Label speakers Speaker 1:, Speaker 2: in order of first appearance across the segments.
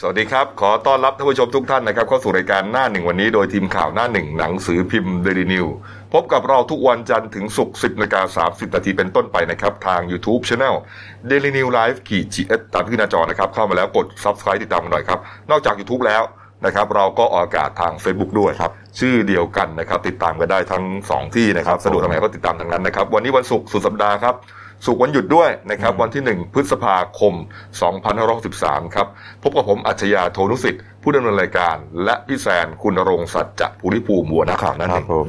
Speaker 1: สวัสดีครับ ขอต้อนรับท่านผู้ชมทุกท่านนะครับเข้าสู่รายการหน้าหนึ่งวันนี้โดยทีมข่าวหน้าหนึ่งหนังสือพิมพ์เดลินิวพบกับเราทุกวันจันทร์ถึงศุกร์10นาฬิกา30นาทีเป็นต้นไปนะครับ ทาง YouTube Channel Daily New Life ขีดจีเอสตามที่หน้าจอนะครับ เข้ามาแล้วกด Subscribe ติดตามกันหน่อยครับ นอกจาก YouTube แล้วนะครับเราก็ออกอากาศทาง Facebook ด้วยครับ ชื่อเดียวกันนะครับ ติดตามกันได้ทั้งสองที่นะครับสะดวกทางไหนก็ติดตามทางนั้นนะครับวันนี้วันศุกร์สุดสัปดาห์ครับ สุกร์วันหยุดด้วยนะครับ วันที่ 1 พฤษภาคม 2563 ครับ พบกับผมอัจฉริยะโทนุสิทธิ์ ผู้ดำเนินรายการ และพี่แซนคุณณรงค์สัจจะภูริภูมิหัวหน้าข่าวนั่น
Speaker 2: ค
Speaker 1: เอ
Speaker 2: รับ
Speaker 1: ง
Speaker 2: ผม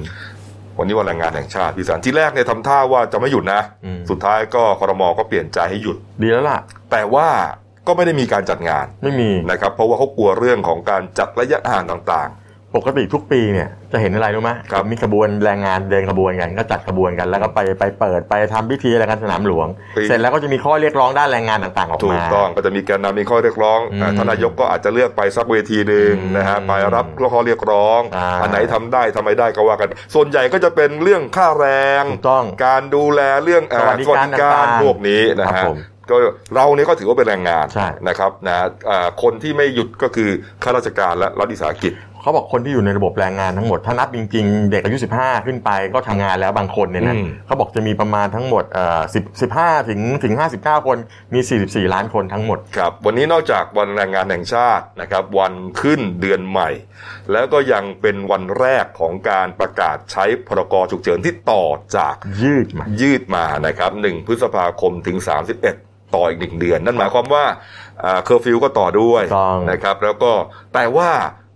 Speaker 1: วันนี้วันแรงงานแห่งชาติ พี่แซนที่แรกเนี่ยทำท่าว่าจะไม่หยุดนะ
Speaker 2: อืม
Speaker 1: สุดท้ายก็ครมก็เปลี่ยนใจให้หยุด
Speaker 2: ดีแล้วล่ะ
Speaker 1: แต่ว่าก็ไม่ได้มีการจัดงาน
Speaker 2: ไม่มี
Speaker 1: นะครับ เพราะว่าเขากลัวเรื่องของการจัดระยะห่างต่าง
Speaker 2: ปกติทุกปีเนี่ยจะเห็นอะไรรู้ไหม
Speaker 1: ครับ
Speaker 2: มีขบวนแรงงานเดินขบวนกันก็จัดขบวนกันแล้วก็ไปไปเปิดไปทำพิธีอะไรกันสนามหลวง เสร็จแล้วก็จะมีข้อเรียกร้องด้านแรงงานต่างๆออก
Speaker 1: ๆ ถู
Speaker 2: มา
Speaker 1: กต้องก็จะมีแกนนำมีข้อเรียกร้องอ่ะ
Speaker 2: อืม
Speaker 1: ท่านนายกก็อาจจะเลือกไปสักเวทีหนึ่ง
Speaker 2: อืม
Speaker 1: นะฮะไปรับข้อเรียกร้อง
Speaker 2: อ่า
Speaker 1: นไหนทำได้ทำไม่ได้ก็ว่ากัน ส่วนใหญ่ก็จะเป็นเรื่องค่าแรง
Speaker 2: ถูกต้อง
Speaker 1: การดูแลเรื่องอ่า
Speaker 2: สวัสดิการต่างๆ
Speaker 1: พวกนี้นะ
Speaker 2: ครั
Speaker 1: ฮะ
Speaker 2: บผม
Speaker 1: ก็เราเนี่ยก็ถือว่าเป็นแรงงาน
Speaker 2: ใช่
Speaker 1: นะครับนะอ่าคนที่ไม่หยุดก็คือข้าราชการและรัฐวิสาหกิจ
Speaker 2: เขาบอกคนที่อยู่ในระบบแรงงานทั้งหมด ถ้านับจริงๆ เด็กอายุ 15 ขึ้นไปก็ทำงานแล้วบางคนเนี่ยนะ
Speaker 1: อืม
Speaker 2: เขาบอกจะมีประมาณทั้งหมดเอ่อ10 15ถึงถึง59 คนมี 44 ล้านคนทั้งหมด
Speaker 1: ครับวันนี้นอกจากวันแรงงานแห่งชาตินะครับวันขึ้นเดือนใหม่ แล้วก็ยังเป็นวันแรกของการประกาศใช้พรกฉุกเฉินที่ต่อจาก
Speaker 2: ยืดมา
Speaker 1: ยืดมานะครับ1พฤษภาคมถึง 31 ต่ออีกหนึ่งเดือน นั่นหมายความว่าอ่าเคอร์ฟิวก็ต่อด้วย
Speaker 2: ถูกต้อง
Speaker 1: นะครับแล้วก็แต่ว่า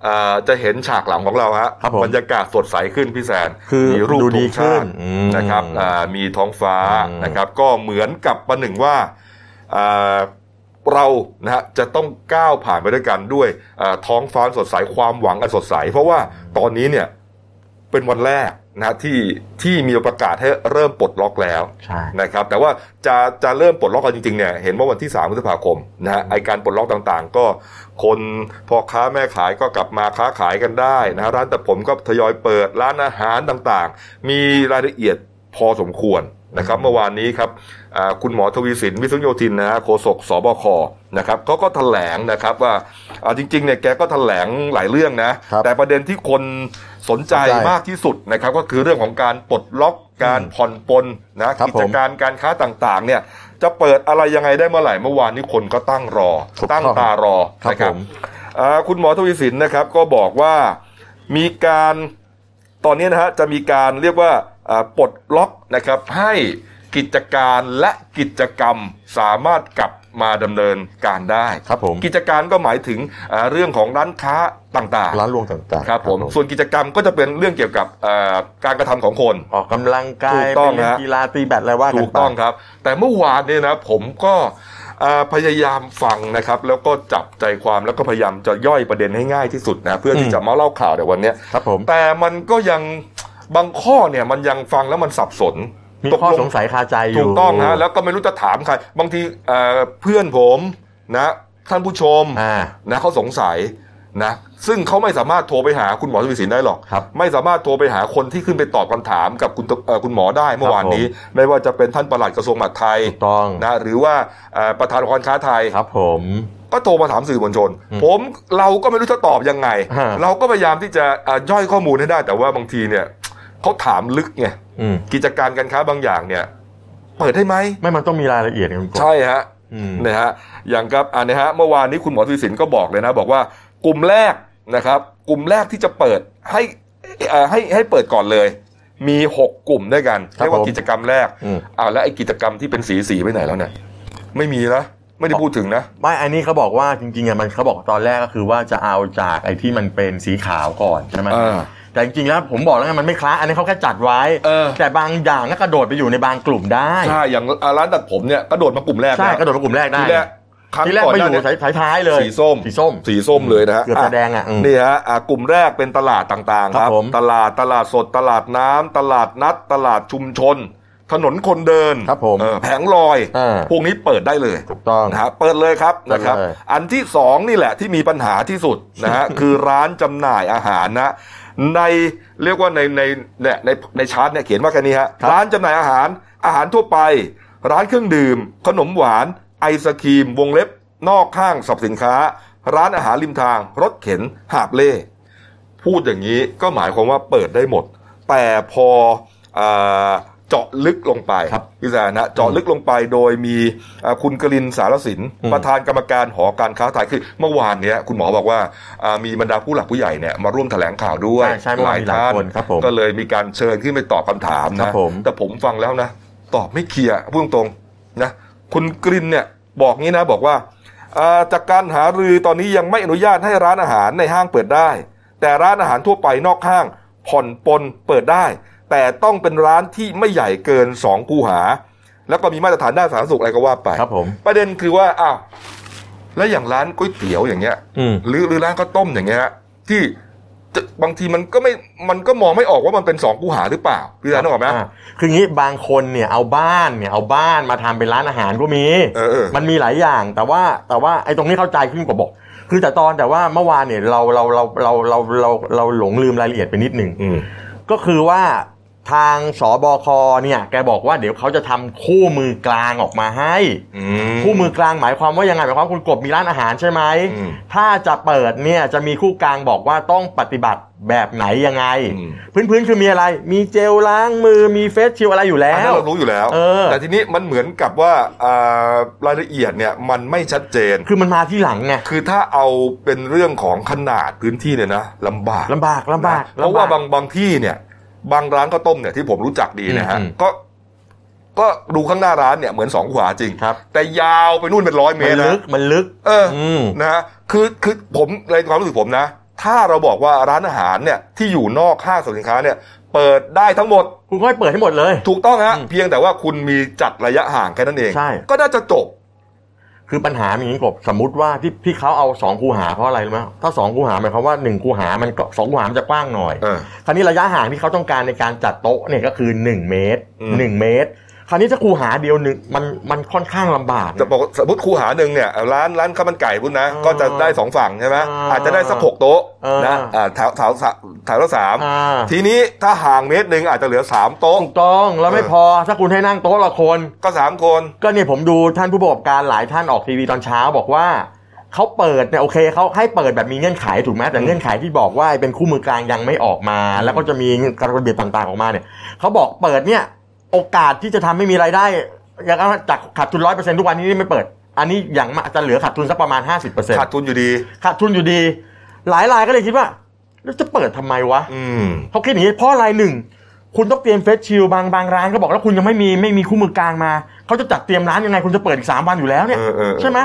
Speaker 1: อ่าจะเห็นฉากหลังของเราฮะ
Speaker 2: ครับผม
Speaker 1: บรรยากาศสดใสขึ้นพี่แซน
Speaker 2: คือ
Speaker 1: มีรูป
Speaker 2: ดูดี
Speaker 1: ธงชาติ
Speaker 2: ขึ้นอืม
Speaker 1: นะครับอ่ามีท้องฟ้า
Speaker 2: อืม
Speaker 1: นะครับก็เหมือนกับประหนึ่งว่าอ่า เรานะฮะจะต้องก้าวผ่านไปด้วยกันด้วยเอ่อท้องฟ้าสดใสความหวังอันสดใส เพราะว่าตอนนี้เนี่ยเป็นวันแรกนะฮะที่ที่มีประกาศให้เริ่มปลดล็อกแล้ว
Speaker 2: ใช่
Speaker 1: นะครับ แต่ว่าจะจะเริ่มปลดล็อกกันจริงๆเนี่ยเห็นว่าวันที่3พฤษภาคมนะฮะไอการปลดล็อกต่างๆ ก็คนพ่อค้าแม่ขายก็กลับมาค้าขายกันได้นะฮะร้านแต่ผมก็ทยอยเปิดร้านอาหารต่างๆ มีรายละเอียดพอสมควรนะครับเมื่อวานนี้ครับ อ่าคุณหมอทวีสินวิษณุโยธินนะฮะโฆษกสบคนะครับเขาก็แถลงนะครับว่าอ่าจริงๆเนี่ยแกก็แถลงหลายเรื่องนะ
Speaker 2: ครับ
Speaker 1: แต่ประเด็นที่คนสนใจ
Speaker 2: สนใจ
Speaker 1: มากที่สุดนะครับก็คือเรื่องของการปลดล็อกการผ่อนปลนนะครับ กิ
Speaker 2: ผ
Speaker 1: จ
Speaker 2: ม
Speaker 1: การการค้าต่างๆเนี่ยจะเปิดอะไรยังไงได้เมื่อไหร่เมื่อวานนี้คนก็ตั้งรอ
Speaker 2: ถูกต้อง
Speaker 1: ตั้งตารอ
Speaker 2: ครับ
Speaker 1: นะครับ
Speaker 2: ผม
Speaker 1: อ่าคุณหมอทวีสินนะครับก็บอกว่ามีการ ตอนนี้นะฮะจะมีการเรียกว่าเอ่อปลดล็อกนะครับให้กิจการและกิจกรรมสามารถกลับมาดำเนินการได้
Speaker 2: ครับผม
Speaker 1: กิจการก็หมายถึงเอ่อเรื่องของร้านค้าต่าง
Speaker 2: ร้านรวงต่าง
Speaker 1: ๆ
Speaker 2: ๆ
Speaker 1: ครับผมส่วนกิจกรรมก็จะเป็นเรื่องเกี่ยวกับเอ่อการกระทำของคน
Speaker 2: ออกกำลังกา
Speaker 1: ถู
Speaker 2: ย
Speaker 1: กต้อง
Speaker 2: ไปเล่น
Speaker 1: ฮะ
Speaker 2: กีฬาตีแบดอะไรว่า
Speaker 1: ถูก
Speaker 2: กันไป
Speaker 1: ต้องครับ แต่เมื่อวานเนี่ยนะผมก็เอ่อพยายามฟังนะครับ แล้วก็จับใจความแล้วก็พยายามจะย่อยประเด็นให้ง่ายที่สุดนะเพื่อที่
Speaker 2: อืม
Speaker 1: จะมาเล่าข่าวในวันเนี้ย
Speaker 2: ครับผม
Speaker 1: แต่มันก็ยังบางข้อเนี่ยมันยังฟังแล้วมันสับสน
Speaker 2: มี
Speaker 1: ตก
Speaker 2: ข้อ
Speaker 1: ลง
Speaker 2: สงสัยคาใจอยู่
Speaker 1: ถูกต้องฮะแล้วก็ไม่รู้จะถามใคร บางทีเอ่อเพื่อนผมนะท่านผู้ชม
Speaker 2: อ่า
Speaker 1: นะเขาสงสัยนะซึ่งเขาไม่สามารถโทรไปหาคุณหมอทวีสินได้หรอก
Speaker 2: ครับ
Speaker 1: ไม่สามารถโทรไปหาคนที่ขึ้นไปตอบคำถามกับคุณตเอ่อคุณหมอได้เมื่อวานนี้ ไม่ว่าจะเป็นท่านปลัดกระทรวงมหาดไทย
Speaker 2: ถูกต้อง
Speaker 1: นะหรือว่าเอ่อประธานองค์การค้าไทย
Speaker 2: ครับผม
Speaker 1: ก็โทรมาถามสื่อมวลชน
Speaker 2: อืม
Speaker 1: ผมเราก็ไม่รู้จะตอบยังไง
Speaker 2: ฮะ
Speaker 1: เราก็พยายามที่จะเอ่อย่อยข้อมูลให้ได้ แต่ว่าบางทีเนี่ยเขาถามลึกไง
Speaker 2: อืม
Speaker 1: กิจการการค้าบางอย่างเนี่ย เปิดได้ไหม
Speaker 2: ไม่มันต้องมีรายละเอียดกันก่อน
Speaker 1: ใช่ฮะ
Speaker 2: อืม
Speaker 1: นะฮะอย่างครับอันนะฮะเมื่อวานนี้คุณหมอทวีสินก็บอกเลยนะ บอกว่ากลุ่มแรกนะครับ กลุ่มแรกที่จะเปิดให้เอ่อให้ให้เปิดก่อนเลย มีหกกลุ่มด้วยกัน
Speaker 2: ครับ
Speaker 1: เรียกว่า
Speaker 2: ผม
Speaker 1: กิจกรรมแรก
Speaker 2: อืม
Speaker 1: อ้าวแล้วไอ้กิจกรรมที่เป็นสีสีๆไปไหนแล้วเนี่ยไม่มีนะไม่ได้พูดถึงนะ
Speaker 2: ไม่อันนี้เขาบอกว่าจริงๆอะมันเขาบอกตอนแรกก็คือว่าจะเอาจากไอ้ที่มันเป็นสีขาวก่อนใช่ไหม
Speaker 1: เออ
Speaker 2: แต่จริงๆแล้วผมบอกแล้วไงมันไม่คล้าอันนี้เขาแค่จัดไว้
Speaker 1: เออ
Speaker 2: แต่บางอย่างก็กระโดดไปอยู่ในบางกลุ่มได้
Speaker 1: ใช่ อย่างอ่าร้านตัดผมเนี่ยกระโดดมากลุ่มแรก
Speaker 2: ใช่
Speaker 1: นะ
Speaker 2: กระโดดไปกลุ่มแรกได้
Speaker 1: ทีแรกครั้ง
Speaker 2: ทีแรก
Speaker 1: ก่อน
Speaker 2: ไป
Speaker 1: ห
Speaker 2: อ
Speaker 1: น้า
Speaker 2: ยู่
Speaker 1: เนี่ย
Speaker 2: ท้ายๆเลย
Speaker 1: สีส้ม
Speaker 2: สีส้ม
Speaker 1: สีส้มเลยนะฮะ
Speaker 2: เกือบจะแดงอะอืม
Speaker 1: นี่ฮะอ่ะกลุ่มแรกเป็นตลาดต่างๆ ค
Speaker 2: ครั
Speaker 1: รับ
Speaker 2: บผม
Speaker 1: ตลาดตลาดสดตลาดน้ำตลาดนัด ตลาดชุมชน ถนนคนเดิน
Speaker 2: ครับผม
Speaker 1: เออแผงลอย
Speaker 2: อ่า
Speaker 1: พวกนี้เปิดได้เลย
Speaker 2: ถูกต้อง
Speaker 1: นะฮะเปิดเลยครับนะครับ
Speaker 2: เปิดเลย
Speaker 1: อันที่สองนี่แหละที่มีปัญหาที่ สุดนะฮะ คือร้านจำหน่ายอาหารนะในเรียกว่าในในเนี่ยในในชาร์ตเนี่ยเขียนว่าแค่นี้ฮะร้านจำหน่ายอาหารอาหารทั่วไป ร้านเครื่องดื่ม ขนมหวาน ไอศครีม วงเล็บ นอกห้างสรรพสินค้า ร้านอาหารริมทาง รถเข็น หาบเล่ พูดอย่างนี้ก็หมายความว่าเปิดได้หมด แต่พอเอ่อเจาะลึกลงไป
Speaker 2: ครับ
Speaker 1: พี่แซนนะเจาะลึกลงไปโดยมีเอ่อคุณกลินสารสิน
Speaker 2: อืม
Speaker 1: ประธานกรรมการหอการค้าไทยคือเมื่อวานเนี้ยคุณหมอบอกว่าอ่ามีบรรดาผู้หลักผู้ใหญ่เนี่ยมาร่วมแถลงข่าวด้วย
Speaker 2: ใช่ใช่เมื่อวานมีหลายคนครับผม
Speaker 1: ก็เลยมีการเชิญขึ้นไปตอบคำถาม
Speaker 2: ครั
Speaker 1: นะ
Speaker 2: บผม
Speaker 1: แต่ผมฟังแล้วนะ ตอบไม่เคลียร์พูดตรงๆนะคุณกลินเนี่ยบอกงี้นะบอกว่าอ่าจากการหารือตอนนี้ยังไม่อนุญาตให้ร้านอาหารในห้างเปิดได้ แต่ร้านอาหารทั่วไปนอกห้าง ผ่อนปลนเปิดได้ แต่ต้องเป็นร้านที่ไม่ใหญ่เกินสองคูหา แล้วก็มีมาตรฐานด้านสาธารณสุขอะไรก็ว่าไป
Speaker 2: ครับผม
Speaker 1: ประเด็นคือว่าอ้าวแล้วอย่างร้านก๋วยเตี๋ยวอย่างเงี้ย
Speaker 2: อืม
Speaker 1: หรือหรือร้านข้าวต้มอย่างเงี้ยฮะที่จะบางทีมันก็ไม่มันก็มองไม่ออกว่ามันเป็นสองคูหาหรือเปล่าพี่แซนนึกออกไหม
Speaker 2: อ่าคืองี้บางคนเนี่ยเอาบ้านเนี่ยเอาบ้านมาทำเป็นร้านอาหารก็มี
Speaker 1: เออเออ
Speaker 2: มันมีหลายอย่างแต่ว่าแต่ว่าไอ้ตรงนี้เข้าใจขึ้นกว่าบอก คือแต่ตอนแต่ว่าเมื่อวานเนี่ยเราเราเราเราเราเราเราหลงลืมรายละเอียดไปนิดหนึ่ง
Speaker 1: อืม
Speaker 2: ก็คือว่าทางสบคเนี่ยแกบอกว่าเดี๋ยวเขาจะทำคู่มือกลางออกมาให้
Speaker 1: อืม
Speaker 2: คู่มือกลางหมายความว่ายังไงหมายความว่าคุณกบมีร้านอาหารใช่ไหม
Speaker 1: อืม
Speaker 2: ถ้าจะเปิดเนี่ยจะมีคู่กลางบอกว่าต้องปฏิบัติแบบไหนยังไง
Speaker 1: อืม
Speaker 2: พื้นๆคือมีอะไร มีเจลล้างมือมีเฟสชิลอะไรอยู่แล้
Speaker 1: อันนั้
Speaker 2: ว
Speaker 1: นเรารู้อยู่แล้ว
Speaker 2: เออ
Speaker 1: แต่ทีนี้มันเหมือนกับว่าอ่ารายละเอียดเนี่ยมันไม่ชัดเจน
Speaker 2: คือมันมาที่หลังไง
Speaker 1: คือถ้าเอาเป็นเรื่องของขนาดพื้นที่เนี่ยนะลำบาก
Speaker 2: ลำบากลำบาก
Speaker 1: นะเพราะว่า
Speaker 2: ลำบก
Speaker 1: บางบางที่เนี่ย บางร้านข้าวต้มเนี่ยที่ผมรู้จักดีนะฮะ
Speaker 2: อืมอืม
Speaker 1: ก็ ก็ดูข้างหน้าร้านเนี่ยเหมือนสองขวาจริง
Speaker 2: ครับ
Speaker 1: แต่ยาวไปนู่นเป็นร้อยเม
Speaker 2: มั
Speaker 1: ต
Speaker 2: น
Speaker 1: ร
Speaker 2: ลึ
Speaker 1: นะ
Speaker 2: กมันลึก
Speaker 1: เอออ
Speaker 2: ม
Speaker 1: นะฮะคือคือผมในความรู้สึกผมนะ ถ้าเราบอกว่าร้านอาหารเนี่ยที่อยู่นอกห้างสรรพสินค้าเนี่ย เปิดได้ทั้งหมด
Speaker 2: คุณก็ให้เปิดให้หมดเลย
Speaker 1: ถูกต้องฮะ
Speaker 2: อืม
Speaker 1: เพียงแต่ว่าคุณมีจัดระยะห่างแค่นั้นเอง
Speaker 2: ใช่
Speaker 1: ก็น่าจะจบ
Speaker 2: คือปัญหามีอย่างนี้กบสมมติว่าที่ที่เขาเอาสองคูหาเพราะอะไรรู้ไหมถ้าสองคูหาหมายความว่าหนึ่งคูหามันก็สองคูหามันจะกว้างหน่อย
Speaker 1: เออ
Speaker 2: คราวนี้ระยะห่างที่เขาต้องการในการจัดโต๊ะเนี่ยก็คือ 1 เมตร
Speaker 1: อืม
Speaker 2: 1 เมตร คราวนี้ถ้าครูหาเดียวหนึ่งมันมันค่อนข้างลำบาก
Speaker 1: แต่บอกสมมติครูหาหนึ่งเนี่ยร้านร้านข้าวมันไก่พุ่นนะ
Speaker 2: อ่า
Speaker 1: ก็จะได้สองฝั่งใช่ไหม
Speaker 2: อ่า
Speaker 1: อาจจะได้สักหกโต๊ะ
Speaker 2: อ่าน
Speaker 1: นะอ่าแถวแถวแถวละสาม
Speaker 2: อ่า
Speaker 1: ทีนี้ถ้าห่างเมตรหนึ่งอาจจะเหลือสามโต๊ะ
Speaker 2: ถูกต้องแล้วไม่
Speaker 1: เออ
Speaker 2: พอถ้าคุณให้นั่งโต๊ะละคน
Speaker 1: ก็สามคน
Speaker 2: ก็เนี่ยผมดูท่านผู้ประกอบการหลายท่านออกทีวีตอนเช้าบอกว่าเขาเปิดเนี่ยโอเคเขาให้เปิดแบบมีเงื่อนไขถูกไหมแต่เงื่อนไขที่บอกว่าเป็นคู่มือกลางยังไม่ออกมา แล้วก็จะมีกฎระเบียบต่างๆออกมาเนี่ยเขาบอกเปิดเนี่ยโอกาสที่จะทำให้มีรายได้อย่างจากขาดทุนร้อยเปอร์เซ็นต์ทุกวันนี้นี่ไม่เปิด อันนี้อย่างมากจะเหลือขาดทุนสักประมาณห้าสิบเปอร์เซ็นต์
Speaker 1: ขาดทุนอยู่ดี
Speaker 2: ขาดทุนอยู่ดี หลายรายก็เลยคิดว่าแล้วจะเปิดทำไมวะ
Speaker 1: อืม
Speaker 2: เขาคิดอย่างนี้เพราะอะไรหนึ่ง คุณต้องเตรียมเฟสชิลบางบางร้านก็บอกแล้วคุณยังไม่มีไม่มีคู่มือกลางมา เขาจะจัดเตรียมร้านยังไงคุณจะเปิดอีกสามวันอยู่แล้วเนี่ย
Speaker 1: เออเออเออ
Speaker 2: ใช่ไหม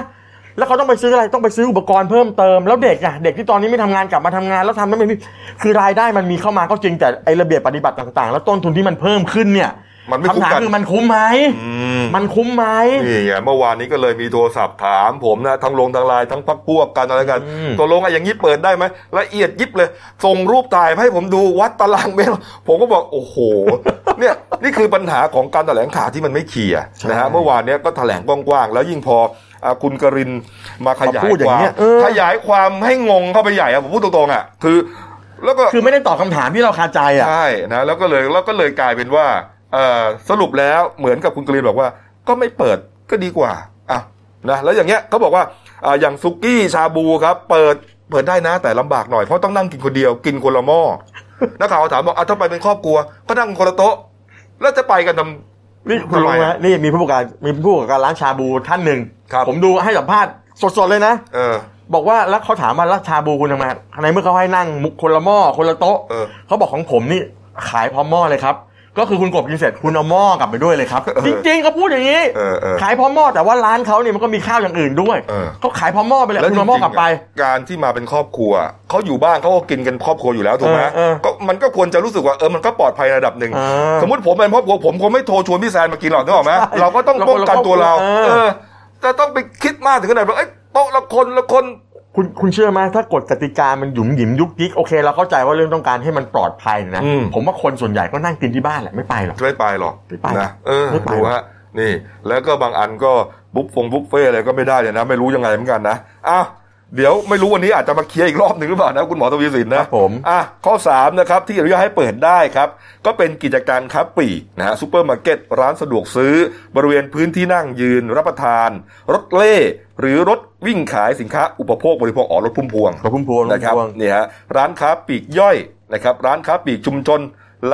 Speaker 2: แล้วเขาต้องไปซื้ออะไรต้องไปซื้ออุปกรณ์เพิ่มเติมแล้วเด็กอะเด็กที่ตอนนี้ไม่ทำงานกลับมาทำงานแล้วทำแล้วไม่มีคือรายได้มันมีเข้ามาก็จริงแต่ไอระเบียบปฏิบัติต่าง ๆ แล้วต้นทุนที่มันเพิ่มขึ้นเนี่ย
Speaker 1: มันไม่คุ้ม
Speaker 2: คำถาม
Speaker 1: กัน
Speaker 2: คือมันคุ้มไหม
Speaker 1: อืม
Speaker 2: มันคุ้มไหม
Speaker 1: นี่ไงเมื่อวานนี้ก็เลยมีโทรศัพท์ถามผมนะทั้งลงทางไลน์ทั้งพักพวกกันอะไรกัน
Speaker 2: อืม
Speaker 1: ตกลงอะอย่างนี้เปิดได้ไหมละเอียดยิบเลย ส่งรูปถ่ายมาให้ผมดูวัดตารางเมตรผมก็บอกโอ้โห เนี่ยนี่คือปัญหาของการแถลงข่าวที่มันไม่เคลียร์นะฮะเมื่อวานเนี้ยก็แถลงกว้างๆแล้วยิ่งพออ่ะคุณกรินมาขยาย
Speaker 2: มาพูดอย่าว
Speaker 1: คาง ม
Speaker 2: เงี้ยเออ
Speaker 1: ขยายความให้งงเข้าไปใหญ่อะผมพูดตรงๆอะคือ แล้วก็
Speaker 2: คือไม่ได้ตอบคำถามที่เราคาใจอะ
Speaker 1: ใช่นะแล้วก็เลยแล้วก็เลยกลายเป็นว่าเอ่อสรุปแล้วเหมือนกับคุณกรีนบอกว่า ก็ไม่เปิดก็ดีกว่าอ่ะนะแล้วอย่างเงี้ยเขาบอกว่าอ่าอย่างซุกี้ชาบูครับเปิดเปิดได้นะแต่ลำบากหน่อยเพราะต้องนั่งกินคนเดียวกินคนละหม้อ นักข่าวถามบอกอ่ะถ้าไปเป็นครอบครัว ก็นั่งคนละโต๊ะ แล้วจะไปกันทำ
Speaker 2: นี่คุณรู้ไหม
Speaker 1: ทำไมอะ
Speaker 2: นี่มีผู้ประกอบการมีผู้ประกอบการร้านชาบูท่านหนึ่ง
Speaker 1: ครับ
Speaker 2: ผมดูให้สัมภาษณ์สดๆเลยนะ
Speaker 1: เออ
Speaker 2: บอกว่าแล้วเขาถามว่าแล้วชาบูคุณทำไมในเมื่อเขาให้นั่งมุกคนละหม้อคนละโต๊ะ
Speaker 1: เออ
Speaker 2: เขาบอกของผมนี่ขายพร้อมหม้อเลยครับ ก็คือคุณกบกินเสร็จคุณเอาหม้อกลับไปด้วยเลยครับ จริงๆเขาพูดอย่างนี้
Speaker 1: เออเออ
Speaker 2: ขายพร้อมหม้อแต่ว่าร้านเขาเนี่ยมันก็มีข้าวอย่างอื่นด้วย
Speaker 1: เออ
Speaker 2: เขาขายพร้อมหม้อไปเลยคุณเอาหม้อกลับไป
Speaker 1: ๆะการที่มาเป็นครอบครัวเขาอยู่บ้านเขาก็กินกันครอบครัวอยู่แล้วถูกไหม
Speaker 2: เออเออ
Speaker 1: ก็มันก็ควรจะรู้สึกว่าเออมันก็ปลอดภัยระดับหนึ่ง
Speaker 2: เออ
Speaker 1: สมมติผมเป็นครอบครัวผมคงไม่โทรชวนพี่แซนมากินหรอกนึกออกไหม
Speaker 2: ใช่
Speaker 1: เราก็ต้องป้องกันตัวเรา
Speaker 2: เราคนละครอบครัวเอ
Speaker 1: เอ
Speaker 2: อ
Speaker 1: อจะต้องไปคิดมากถึงขนาดว่าเอ้ยโต๊ะละคนละคน
Speaker 2: คุณคุณเชื่อไหมถ้ากฎกติกามันหยุมหยิมยุกยิกโอเคเราเข้าใจว่าเรื่องต้องการให้มันปลอดภัยนะ
Speaker 1: อืม
Speaker 2: ผมว่าคนส่วนใหญ่ก็นั่งกินที่บ้านแหละไม่ไปหรอก
Speaker 1: จะไม่ไปหรอก
Speaker 2: ไม่ไป
Speaker 1: นะเออ
Speaker 2: ไม่ไป
Speaker 1: ดูฮะนี่ แล้วก็บางอันก็บุฟฟงบุฟเฟ่อะไรก็ไม่ได้เลยนะ ไม่รู้ยังไงเหมือนกันนะอ้าว เดี๋ยวไม่รู้วันนี้อาจจะมาเคลียร์อีกรอบหนึ่งหรือเปล่านะคุณหมอทวีสิน
Speaker 2: ค
Speaker 1: นะ
Speaker 2: รับผม
Speaker 1: อ่ะข้อ 3 นะครับ ที่อนุญาตให้เปิดได้ครับ ก็เป็นกิจการค้าปลีกนะฮะซูเปอร์มาร์เก็ตร้านสะดวกซื้อ บริเวณพื้นที่นั่งยืนรับประทาน รถเล่ หรือรถวิ่งขายสินค้าอุปโภคบริโภคอ๋อรถพุ่มพวง
Speaker 2: ขอบคุณพวง
Speaker 1: นะครับ
Speaker 2: พวง
Speaker 1: นี่ฮะร้านค้าปลีกย่อยนะครับร้านค้าปลีกชุมชน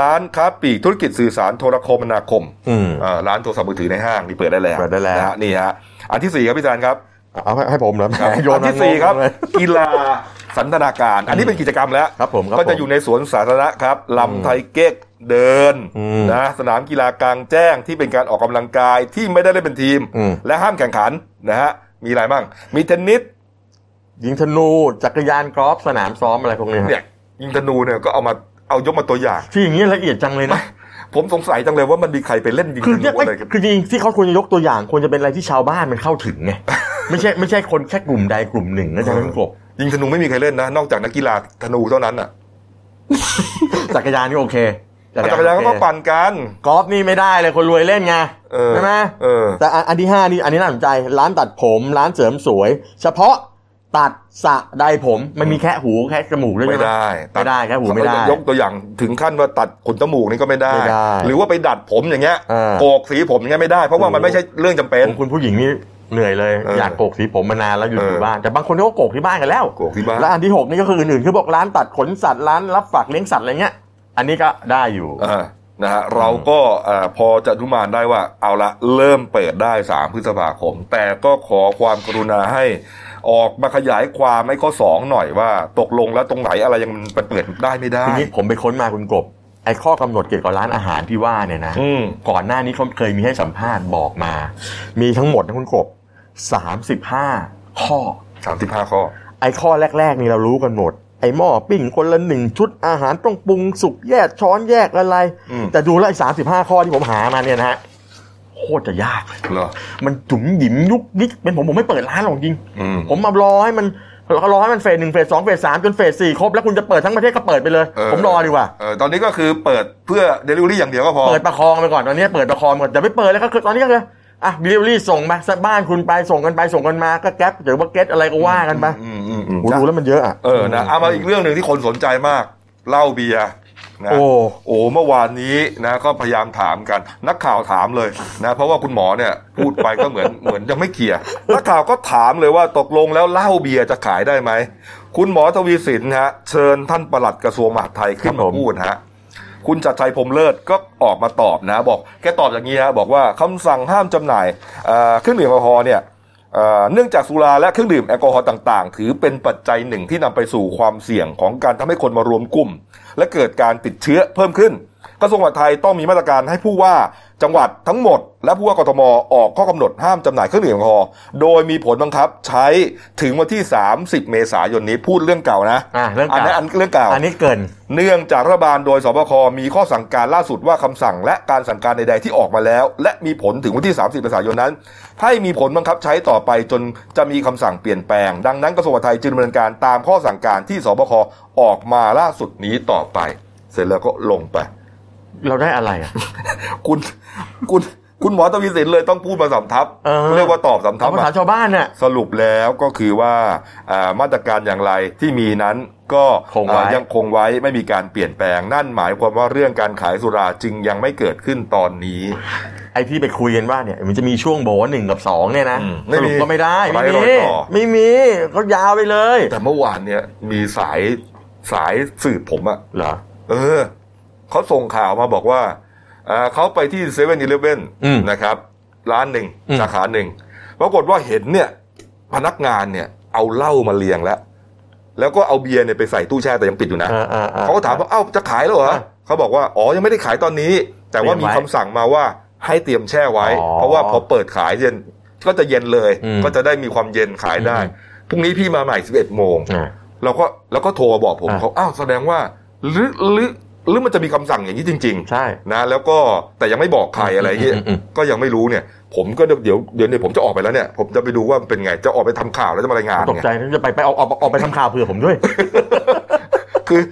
Speaker 1: ร้านค้าปลีกธุรกิจสื่อสารโทรคมนาคม
Speaker 2: อืม
Speaker 1: อ่าร้านโทรศัพท์มือถือในห้างนี่เปิดได้แล้ว
Speaker 2: เปิดได้แล้ว
Speaker 1: นะฮะนี่ฮะอันที่สี่ครับพี่จานครับ
Speaker 2: เอาให้ให้ผมเหรอ
Speaker 1: ครับ
Speaker 2: แหมโย
Speaker 1: อั
Speaker 2: น
Speaker 1: ที่สี่ครับ
Speaker 2: มาเลย
Speaker 1: กีฬาสันทนาการ อันนี้เป็นกิจกรรมแล้ว
Speaker 2: ครับผมครับ
Speaker 1: ก็จะ
Speaker 2: ผม
Speaker 1: อยู่ในสวนสาธารณะครับลำไทยเก๊กเดิน
Speaker 2: อืม
Speaker 1: นะสนามกีฬากลางแจ้งที่เป็นการออกกำลังกายที่ไม่ได้เล่นเป็นทีม
Speaker 2: อืม
Speaker 1: และห้ามแข่งขันนะฮะมีอะไรบ้างมีเทนนิส
Speaker 2: ยิงธนู จักรยานกอล์ฟสนามซ้อมอะไรพวกนี้ครับ
Speaker 1: เนี่ยยิงธนูเนี่ยก็เอามาเอายกมาตัวอย่าง
Speaker 2: ที่อย่างนี้ละเอียดจังเลยนะ
Speaker 1: ผมสงสัยจังเลยว่ามันมีใครไปเล่นยิง
Speaker 2: คือ
Speaker 1: ธนู
Speaker 2: เนี่ยไม่
Speaker 1: อะไรกัน
Speaker 2: คือจริงๆที่เขาควรจะยกตัวอย่างควรจะเป็นอะไรที่ชาวบ้านมันเข้าถึงไง ไม่ใช่ไม่ใช่คนแค่กลุ่มใดกลุ่มหนึ่งนะจ๊ะทั้งกบ
Speaker 1: ยิงธนูไม่มีใครเล่นนะ นอกจากนักกีฬาธนูเท่านั้นอ่ะ
Speaker 2: จักรยานนี่โอเค
Speaker 1: จักรยานก็
Speaker 2: โอ
Speaker 1: ต้อง
Speaker 2: เค
Speaker 1: ปั่นกัน
Speaker 2: กอล์ฟนี่ไม่ได้เลยคนรวยเล่นไง
Speaker 1: เออ
Speaker 2: ใช่ไหม
Speaker 1: เออ
Speaker 2: แต่อันอันที่ห้านี่อันนี้น่าสนใจ ร้านตัดผมร้านเสริมสวย เฉพาะตัดสระใดผมมันมีแค่หูแค่จมูกด้วย
Speaker 1: ไม่
Speaker 2: ใช่ไหม
Speaker 1: ได้
Speaker 2: ไม่ได้ครับผมไม่ได้
Speaker 1: ยกตัวอย่างถึงขั้นว่าตัดขนจมูกนี่ก็ไม่ได้
Speaker 2: ไม่ได้
Speaker 1: หรือว่าไปดัดผมอย่างเงี้ย
Speaker 2: เออ
Speaker 1: โกกสีผมอย่างเงี้ยไม่ได้ เพราะว่ามันไม่ใช่เรื่องจำเป็น
Speaker 2: ผมคุณผู้หญิงนี่เหนื่อยเลย
Speaker 1: เอออ
Speaker 2: อยากโกกสีผมมานานแล้วอยู่
Speaker 1: เออ
Speaker 2: ที่บ้านแต่บางคนเขาก็โกกที่บ้านกันแล้ว
Speaker 1: โกกที่บ้าน
Speaker 2: แล้วอันที่หกนี่ก็คืออื่นๆคือบอกร้านตัดขนสัตว์ร้านรับฝากเลี้ยงสัตว์อะไรเงี้ย อันนี้ก็ได้อยู่
Speaker 1: อ่านะฮะเราก็เอ่อพอจะอนุมานได้ว่าเอาละเริ่มเปิดได้ 3 พฤษภาคม แต่ก็ขอความกรุณาให้ออกมาขยายความให้ข้อ 2 หน่อยว่าตกลงแล้วตรงไหนอะไรยังมันเปิดได้ไม่ได้
Speaker 2: ทีนี้ผมไปค้นมาคุณกบไอ้ข้อกำหนดเกี่ยวกับร้านอาหารที่ว่าเนี่ยนะ
Speaker 1: อืม
Speaker 2: ก่อนหน้านี้เขาเคยมีให้สัมภาษณ์บอกมา มีทั้งหมดนะคุณกบ35 ข้อ
Speaker 1: สามสิบห้าข้อ
Speaker 2: ไอ้ข้อแรก ๆ นี่เรารู้กันหมด ไอ้หม้อปิ้งคนละหนึ่งชุดอาหารต้องปรุงสุกแยกช้อนแยกอะไร
Speaker 1: อืม
Speaker 2: แต่ดูแล้วไอ้สาสิบห้าข้อที่ผมหามาเนี่ยนะฮะโคตรจะยาก
Speaker 1: เหรอ
Speaker 2: มันจุ๋มหยิมยุกยิกเป็นผมผมไม่เปิดร้านหรอกจริง
Speaker 1: อืม
Speaker 2: ผมมารอให้มันรอให้มันเฟสหนึ่งเฟสสองเฟสสามจนเฟสสี่ครบแล้วคุณจะเปิดทั้งประเทศก็เปิดไปเลย
Speaker 1: เอ
Speaker 2: ผมรอดีกว่า
Speaker 1: เออตอนนี้ก็คือเปิดเพื่อเดลิเวอรี่อย่างเดียวก็พอ
Speaker 2: เปิดประคองไปก่อนตอนนี้เปิดประคองก่อนจะไม่เปิดแล้วก็คือตอนนี้ก็คืออ่ะดิลิเวอรี่ส่งมาบ้านคุณไปส่งกันไปส่งกันมาก็แก๊ปหรือว่าเก็ตอะไรก็ว่ากันไป
Speaker 1: อืมอืมอืม
Speaker 2: โหดูแล้วมันเยอะอ่ะ
Speaker 1: เออนะเอามาอีกเรื่องหนึ่งที่คนสนใจมากเหล้าเบียร์นะ
Speaker 2: โอ้
Speaker 1: โอ้เมื่อวานนี้นะก็พยายามถามกัน นักข่าวถามเลยนะเพราะว่าคุณหมอเนี่ยพูดไปก็เหมือน เหมือนยังไม่เคลียร์นักข่าวก็ถามเลยว่าตกลงแล้วเหล้าเบียร์จะขายได้ไหม คุณหมอทวีสินฮะเชิญท่านปลัดกระทรวงมหาดไทยขึ้น
Speaker 2: ค
Speaker 1: มา
Speaker 2: รับผม
Speaker 1: พูดฮะ คุณจัดชัยพรหมเลิศก็ออกมาตอบนะ บอกแกตอบอย่างนี้ฮะบอกว่าคำสั่งห้ามจำหน่ายเอ่อเครื่องดื่มแอลกอฮอล์เนี่ยเอ่อเนื่องจากสุราและเครื่องดื่มแอลกอฮอล์ต่างๆ ถือเป็นปัจจัยหนึ่งที่นำไปสู่ความเสี่ยงของการทำให้คนมารวมกลุ่ม และเกิดการติดเชื้อเพิ่มขึ้น กระทรวงมหาดไทยต้องมีมาตรการให้ผู้ว่าจังหวัดทั้งหมด และผู้ว่ากทมออกข้อกำหนดห้ามจำหน่ายเครื่องดื่มแอลกอฮอล์โดยมีผลบังคับใช้ถึงวันที่ 30 เมษายนนี้พูดเรื่องเก่านะ
Speaker 2: อ่ะเรื่อง
Speaker 1: อัน
Speaker 2: เก่า
Speaker 1: นั้นอันเรื่องเก่า
Speaker 2: อันนี้เกิน
Speaker 1: เนื่องจากรัฐบาลโดยสบค มีข้อสั่งการล่าสุดว่าคำสั่งและการสั่งการใดๆที่ออกมาแล้ว และมีผลถึงวันที่ 30เมษายนนั้น ให้มีผลบังคับใช้ต่อไปจนจะมีคำสั่งเปลี่ยนแปลง ดังนั้นกระทรวงมหาดไทยจึงดำเนินการตามข้อสั่งการที่สบคออกมาล่าสุดนี้ต่อไป เสร็จแล้วก็ลงไป
Speaker 2: เราได้อะไรอ่ะ
Speaker 1: คุณคุณคุณหมอตวีสินเลยต้องพูดมาสำทับ
Speaker 2: เออ
Speaker 1: เรียกว่าตอบสำทั
Speaker 2: เอา
Speaker 1: บ
Speaker 2: ภา
Speaker 1: อะ
Speaker 2: ษาชาวบ้านน่ะ
Speaker 1: สรุปแล้วก็คือว่าอ่ามาตรการอย่างไรที่มีนั้นก็
Speaker 2: คงไว้
Speaker 1: อ่ายังคงไว้ไม่มีการเปลี่ยนแปลง นั่นหมายความว่าเรื่องการขายสุราจึงยังไม่เกิดขึ้นตอนนี้
Speaker 2: ไอที่ไปคุยกันว่าเนี่ยมันจะมีช่วงโบว์หนึ่งกับสองเนี่ยนะ
Speaker 1: อืม
Speaker 2: สรุปก็ไม่ได้
Speaker 1: ไม่มี
Speaker 2: ไม่มี
Speaker 1: ไม่ต่อ
Speaker 2: ไม่มีก็ยาวไปเลย
Speaker 1: แต่เมื่อวานเนี่ยมีสายสายสืบผมอะ
Speaker 2: เหรอ
Speaker 1: เออเขาส่งข่าวมาบอกว่าอ่าเขาไปที่เซเว่นอีเลฟเว่น
Speaker 2: อืม
Speaker 1: นะครับ ร้านหนึ่ง
Speaker 2: อืม
Speaker 1: สาขาหนึ่งปรากฏว่าเห็นเนี่ยพนักงานเนี่ยเอาเหล้ามาเรียงแล้ว แล้วก็เอาเบียร์เนี่ยไปใส่ตู้แช่แต่ยังปิดอยู่นะ
Speaker 2: เออออออ
Speaker 1: เขาก็ถามว่าเอ้าจะขายแล้วเหรอ
Speaker 2: อ่ะ
Speaker 1: เขาบอกว่าอ๋อยังไม่ได้ขายตอนนี้ แต่ว่ามี
Speaker 2: เตรียมไว้
Speaker 1: คำสั่งมาว่าให้เตรียมแช่ไว้
Speaker 2: อ๋อ
Speaker 1: เพราะว่าพอเปิดขายเย็นก็จะเย็นเลย
Speaker 2: อืม
Speaker 1: ก็จะได้มีความเย็นขายได้
Speaker 2: อืม
Speaker 1: พรุ่งนี้พี่มาใหม่ 11โมง
Speaker 2: อ่ะ
Speaker 1: เราก็แล้วก็โทรมาบอกผม
Speaker 2: อ่ะ
Speaker 1: เขาอ้าวแสดงว่าหรือหรือหรือมันจะมีคำสั่งอย่างนี้จริง
Speaker 2: ใช่
Speaker 1: ๆ นะแล้วก็แต่ยังไม่บอกใครอะไรอย่างเงี้ย
Speaker 2: อืมอืมอืม
Speaker 1: ก็ยังไม่รู้เนี่ย ผมก็เดี๋ยวเดี๋ยวเดี๋ยวเนี่ยผมจะออกไปแล้วเนี่ย ผมจะไปดูว่ามันเป็นไงจะออกไปทำข่าวแล้วจะมารายงาน
Speaker 2: ตก
Speaker 1: ไง
Speaker 2: ใจนะจะไปไปออกออกออกไปทำข่าวเผื่อผมด้วย
Speaker 1: คือ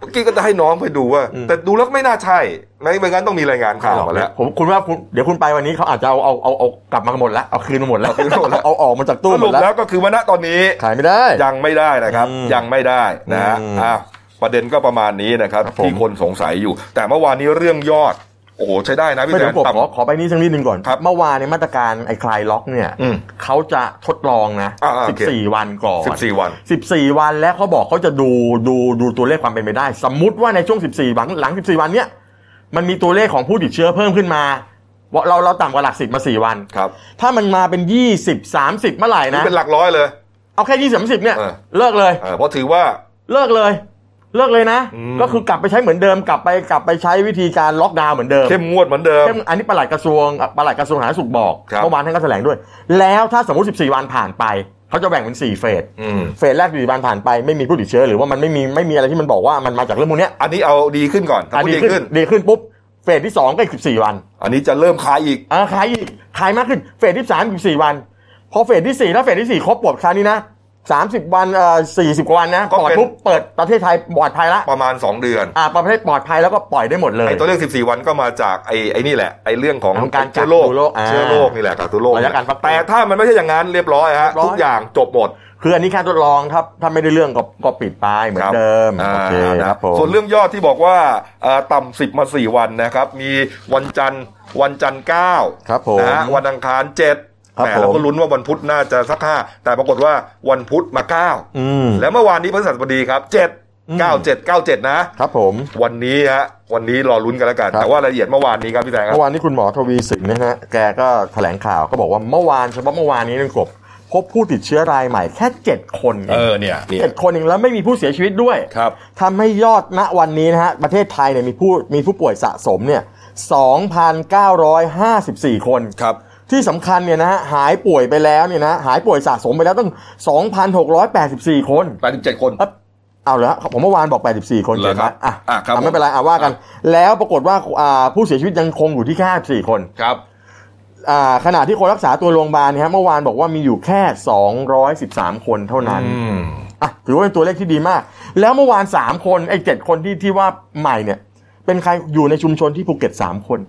Speaker 1: มื่อกี้ก็จะให้น้องไปดูว่า
Speaker 2: อืม
Speaker 1: แต่ดูแล้วไม่น่าใช่ไม่ไม่งั้นต้องมีรายงานข่าวมาแล้ว
Speaker 2: ผมคุณว่าคุณเดี๋ยวคุณไปวันนี้เขาอาจจะเอาเอาเอาเอากลับมาหมดแล้วเอาคืนมาหมดแล้ว
Speaker 1: เอาคืนมาหมดแล้ว
Speaker 2: เอาออกมาจากตู้
Speaker 1: ส
Speaker 2: หม
Speaker 1: รุ
Speaker 2: ด
Speaker 1: ป
Speaker 2: แล้ว
Speaker 1: แล้วก็คือว่าณตอนนี้
Speaker 2: ขายไม่ได้
Speaker 1: ยังไม่ได้นะครับ
Speaker 2: อืม
Speaker 1: ยังไม่ได้นะฮะ
Speaker 2: อืม
Speaker 1: อ่ะประเด็นก็ประมาณนี้นะครับ
Speaker 2: ครับผม
Speaker 1: ที่คนสงสัยอยู่ แต่เมื่อวานนี้เรื่องยอด โอ้โห ใช้ได้นะพี่
Speaker 2: ไม่
Speaker 1: แด
Speaker 2: เดี๋
Speaker 1: น
Speaker 2: ยวผม
Speaker 1: ต่
Speaker 2: ขอขอไปนี่สักนิดหนึ่งก่อน
Speaker 1: ครับ
Speaker 2: เมื่อวานในยมาตรการไอ้คลายล็อกเนี่ย
Speaker 1: อืม
Speaker 2: เขาจะทดลองนะ
Speaker 1: อ่าอ่าโอเค
Speaker 2: 14 วันก่อน
Speaker 1: สิบสี่วัน
Speaker 2: 14 วันแล้วเขาบอกเขาจะดูดูดูตัวเลขความเป็นไปได้ สมมุติว่าในช่วง 14 วันหลัง 14 วันเนี้ยมันมีตัวเลขของผู้ติดเชื้อเพิ่มขึ้นมาว่าเราเราต่ำกว่าหลักสิบมา 4 วัน
Speaker 1: ครับ
Speaker 2: ถ้ามันมาเป็น 20 30 เมื่อไหร่
Speaker 1: นี่
Speaker 2: นะ
Speaker 1: เป็นหลักร้อยเลย
Speaker 2: เอาแค่ 20 30เนี่ย
Speaker 1: เออ
Speaker 2: เลิกเลย
Speaker 1: เออเพราะถือว่า
Speaker 2: เลิกเลย เลิกเลยนะ
Speaker 1: อืม
Speaker 2: ก็คือกลับไปใช้เหมือนเดิมกลับไปกลับไปใช้วิธีการล็อกดาวน์เหมือนเดิม
Speaker 1: เข้มงวดเหมือนเดิม
Speaker 2: เข้มอันนี้ปลัดกระทรวงปลัดกระทรวงสาธารณสุขบอก
Speaker 1: ครับ
Speaker 2: เมื่อวานท่านก็แถลงด้วย แล้วถ้าสมมติ 14 วันผ่านไป เขาจะแบ่งเป็น 4 เฟส
Speaker 1: อืม
Speaker 2: เฟสแรก14วันผ่านไปไม่มีผู้ติดเชื้อหรือว่ามันไม่มีไม่มีอะไรที่มันบอกว่ามันมาจากเรื่องพวกเนี้ย
Speaker 1: อันนี้เอาดีขึ้นก่อนถ้า
Speaker 2: อ่ะ
Speaker 1: พูด
Speaker 2: ดี
Speaker 1: ดี
Speaker 2: ขึ้
Speaker 1: ขึ้น
Speaker 2: นดีขึ้นปุ๊บ เฟสที่ 2 ก็อีก 14 วัน
Speaker 1: อันนี้จะเริ่มคลายอีก
Speaker 2: อ่าขายอีกขายมากขึ้นเฟสที่3 14 วัน พอเฟสทีสี่4ถ้าเฟสทีสี่4ครบหมดคราวนี้นะ 30 วันเอ่อ40 กว่าวันนะ
Speaker 1: ก็
Speaker 2: ปลอด
Speaker 1: เป็น
Speaker 2: ปุ๊บเปิดประเทศไทยปลอดภัยละ
Speaker 1: ประมาณ 2 เดือน
Speaker 2: อ่าประเทศปลอดภัยแล้วก็ปล่อยได้หมดเลย
Speaker 1: ไอ้ตัวเลข14 วันก็มาจากไอ้ไอ้นี่แหละ ไอ้เรื่องของ
Speaker 2: ของการ
Speaker 1: เชื้อโรค
Speaker 2: กักตัวโรคอ่า
Speaker 1: เชื้อโรคนี่แหละกักตัวโรค
Speaker 2: ระยะการฟักตัว
Speaker 1: แต่ถ้ามันไม่ใช่อย่างนั้นเรียบร้อยฮะ
Speaker 2: เรียบร้อย
Speaker 1: ทุกอย่างจบหมด
Speaker 2: คืออันนี้แค่ทดลองครับ ถ้าไม่ได้เรื่องก็ก็ปิดไปเหมือนเดิม
Speaker 1: อ่า
Speaker 2: โอเคครับผม
Speaker 1: ส่วนเรื่องยอดที่บอกว่าเอ่อต่ำสิบมาสี่วันนะครับ มีวันจันทร์วันจันทร์เก้า
Speaker 2: ครับผม
Speaker 1: นะฮะวันอังคารเจ็ด
Speaker 2: ครับ
Speaker 1: แหมเรา
Speaker 2: ผม
Speaker 1: ก็ลุ้นว่าวันพุธน่าจะสักห้าแต่ปรากฏว่าวันพุธมาเก้า
Speaker 2: อืม
Speaker 1: แล้วเมื่อวานนี้พฤหัสบดีครับเจ็ด
Speaker 2: อืม
Speaker 1: เก้าเจ็ดเก้าเจ็ดนะ
Speaker 2: ครับผม
Speaker 1: วันนี้ฮะวันนี้รอลุ้นกันแล้วกัน
Speaker 2: ครับ
Speaker 1: แต่ว่ารายละเอียดเมื่อวานนี้ครับพี่แตงครับ
Speaker 2: เมื่อวานนี้คุณหมอทวีสินนะฮะ แกก็แถลงข่าวก็บอกว่าเมื่อวานเฉพาะเมื่อวานนี้นะกบพบผู้ติดเชื้อรายใหม่แค่ 7 คน
Speaker 1: เออเนี่ยเนี่ย
Speaker 2: เจ็ดคนเองแล้วไม่มีผู้เสียชีวิตด้วย
Speaker 1: ครับ
Speaker 2: ทำให้ยอดณวันนี้นะฮะ ประเทศไทยเนี่ยมีผู้มีผู้ป่วยสะสมเนี่ย 2,954 คน
Speaker 1: ครับ
Speaker 2: ที่สำคัญเนี่ยนะฮะหายป่วยไปแล้วเนี่ยนะหายป่วยสะสมไปแล้วตั้ง 2,684 คน
Speaker 1: แปดสิบเจ็ดคน
Speaker 2: เอ้ยเอาแล้วผมเมื่อวานบอก 84 คน
Speaker 1: เหรอ
Speaker 2: เจ็ด
Speaker 1: ครั
Speaker 2: นะ
Speaker 1: บ
Speaker 2: อ่ะ
Speaker 1: อ่ะครับ
Speaker 2: อ่ะไม่เป็นไรอ่ะว่ากัน
Speaker 1: อ่
Speaker 2: แล้วปรากฏว่าอ่าผู้เสียชีวิตยังคงอยู่ที่แค่4คน
Speaker 1: ครับ
Speaker 2: อ่าขณะที่คนรักษาตัวโรงพยาบาลเนี่ยฮะเมื่อวานบอกว่ามีอยู่แค่ 213 คนเท่านั้น
Speaker 1: อืม
Speaker 2: อ่ะถือว่าเป็นตัวเลขที่ดีมาก แล้วเมื่อวาน 3 คนไอ้7คนที่ที่ว่าใหม่เนี่ย เป็นใครอยู่ในชุมชนที่ภูเก็ต 3 คน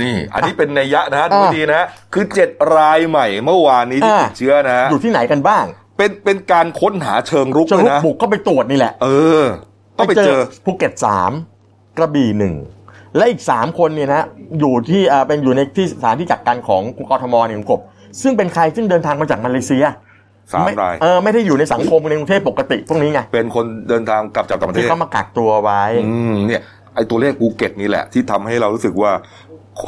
Speaker 1: นี่ อันนี้เป็นนัยยะนะฮะดู
Speaker 2: อ่า
Speaker 1: ให้ดีนะฮะคือเจ็ดรายใหม่เมื่อวานนี้ที่
Speaker 2: อ่า
Speaker 1: ติดเชื้อนะฮะ
Speaker 2: อยู่ที่ไหนกันบ้าง
Speaker 1: เป็นเป็นการค้นหาเชิงรุก
Speaker 2: เชิง
Speaker 1: เลย
Speaker 2: รุก
Speaker 1: นะ
Speaker 2: บุกก็ไปตรวจนี่แหละ
Speaker 1: เออ ต้องไปเจอ
Speaker 2: ภูเก็ตสามกระบี่หนึ่งและอีก 3 คนเนี่ยนะอยู่ที่อ่าเป็นอยู่ในที่สถานที่กักกันของกทมเนี่ยคุณกบซึ่งเป็นใครซึ่งเดินทางมาจากมาเลเซีย
Speaker 1: สาม
Speaker 2: ไ
Speaker 1: ราย
Speaker 2: เออไม่ได้อยู่ในสังคมในกรุงเทพปกติพวกนี้ไง
Speaker 1: เป็นคนเดินทางกลับจากต่างประเท
Speaker 2: ที่
Speaker 1: ศ
Speaker 2: เขามากักตัวไว้
Speaker 1: อืม เนี่ย ไอตัวเลขภูเก็ตนี่แหละ ที่ทำให้เรารู้สึกว่า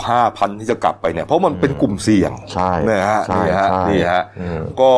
Speaker 1: ห้าพันที่จะกลับไปเนี่ย เพราะมันเป็นกลุ่มเสี่ยง
Speaker 2: ใช่
Speaker 1: นะฮะ
Speaker 2: ใช่
Speaker 1: นี่ฮะ
Speaker 2: ใช่
Speaker 1: นี่ฮะ
Speaker 2: อืม
Speaker 1: ก็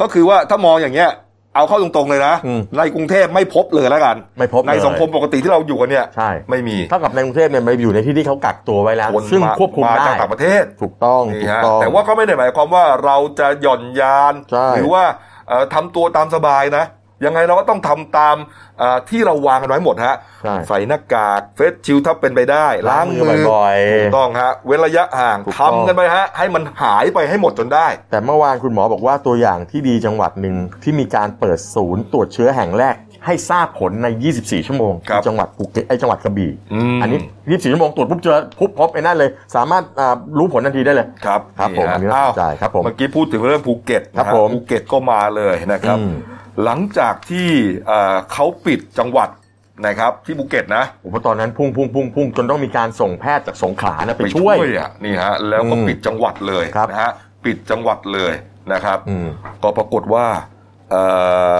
Speaker 1: ก็คือว่าถ้ามองอย่างเงี้ย เอาเข้าตรงๆเลยนะ
Speaker 2: อืม
Speaker 1: ในกรุงเทพไม่พบเลยแล้วกัน
Speaker 2: ไม่พบเลย
Speaker 1: ในสังคมปกติที่เราอยู่กันเนี่ย
Speaker 2: ใช่
Speaker 1: ไม่มี
Speaker 2: เท่ากับในกรุงเทพเนี่ยมันอยู่ในที่ที่เขากักตัวไว้แล้ว
Speaker 1: คน
Speaker 2: ซึ่ง
Speaker 1: มา
Speaker 2: ควบคุม
Speaker 1: มา
Speaker 2: ได้
Speaker 1: จากต่างประเทศ
Speaker 2: ถูกต้อง
Speaker 1: นี่
Speaker 2: ถูก
Speaker 1: ฮะ
Speaker 2: ต้อง
Speaker 1: แต่ว่าก็ไม่ได้หมายความว่าเราจะหย่อนยาน
Speaker 2: ใช่
Speaker 1: หรือว่าเอ่อทำตัวตามสบายนะ ยังไงเราก็ต้องทำตามเอ่อที่เราวางกันไว้หมดฮะ
Speaker 2: ใช่
Speaker 1: ใส่หน้ากากเฟสชิลด์ถ้าเป็นไปได้ ล้างมือ
Speaker 2: บ่อย
Speaker 1: ถูก
Speaker 2: ๆ
Speaker 1: ต้องฮะเว้นระยะห่าง
Speaker 2: ถูกต้
Speaker 1: ทำ
Speaker 2: อง
Speaker 1: กันไปฮะ ให้มันหายไปให้หมดจนได้
Speaker 2: แต่เมื่อวานคุณหมอบอกว่าตัวอย่างที่ดีจังหวัดหนึ่งที่มีการเปิดศูนย์ตรวจเชื้อแห่งแรก ให้ทราบผลใน 24 ชั่วโมง
Speaker 1: ครับ
Speaker 2: ที่จังหวัดภูเก็ตไอจังหวัดกระบี่
Speaker 1: อืม
Speaker 2: อันนี้ 24 ชั่วโมงตรวจปุ๊บเจอปุ๊บพบไอ้นั่นเลย สามารถอ่ารู้ผลทันทีได้เลย
Speaker 1: ครับ
Speaker 2: ครับผมอันนี้น่าสนใจ
Speaker 1: อ้ว
Speaker 2: ครับผม
Speaker 1: เมื่อกี้พูดถึงเรื่องภูเก็ตนะครับ
Speaker 2: ผม
Speaker 1: ภูเก็ตก็มาเลยนะครับ
Speaker 2: อืม
Speaker 1: หลังจากที่เอ่อเขาปิดจังหวัดนะครับที่ภูเก็ตนะ
Speaker 2: โอ้โหตอนนั้นพุ่งพุ่งพุ่งพุ่งจนต้องมีการส่งแพทย์จากสงขลานะไป
Speaker 1: ไป
Speaker 2: ช่
Speaker 1: ช่
Speaker 2: ว
Speaker 1: วย ยอ่ะนี่ฮะแล้วก็
Speaker 2: อืม
Speaker 1: ปิดจังหวัดเลย
Speaker 2: ครับ
Speaker 1: นะฮะปิดจังหวัดเลยนะครับ
Speaker 2: อืม
Speaker 1: ก็ปรากฏว่าเอ่อ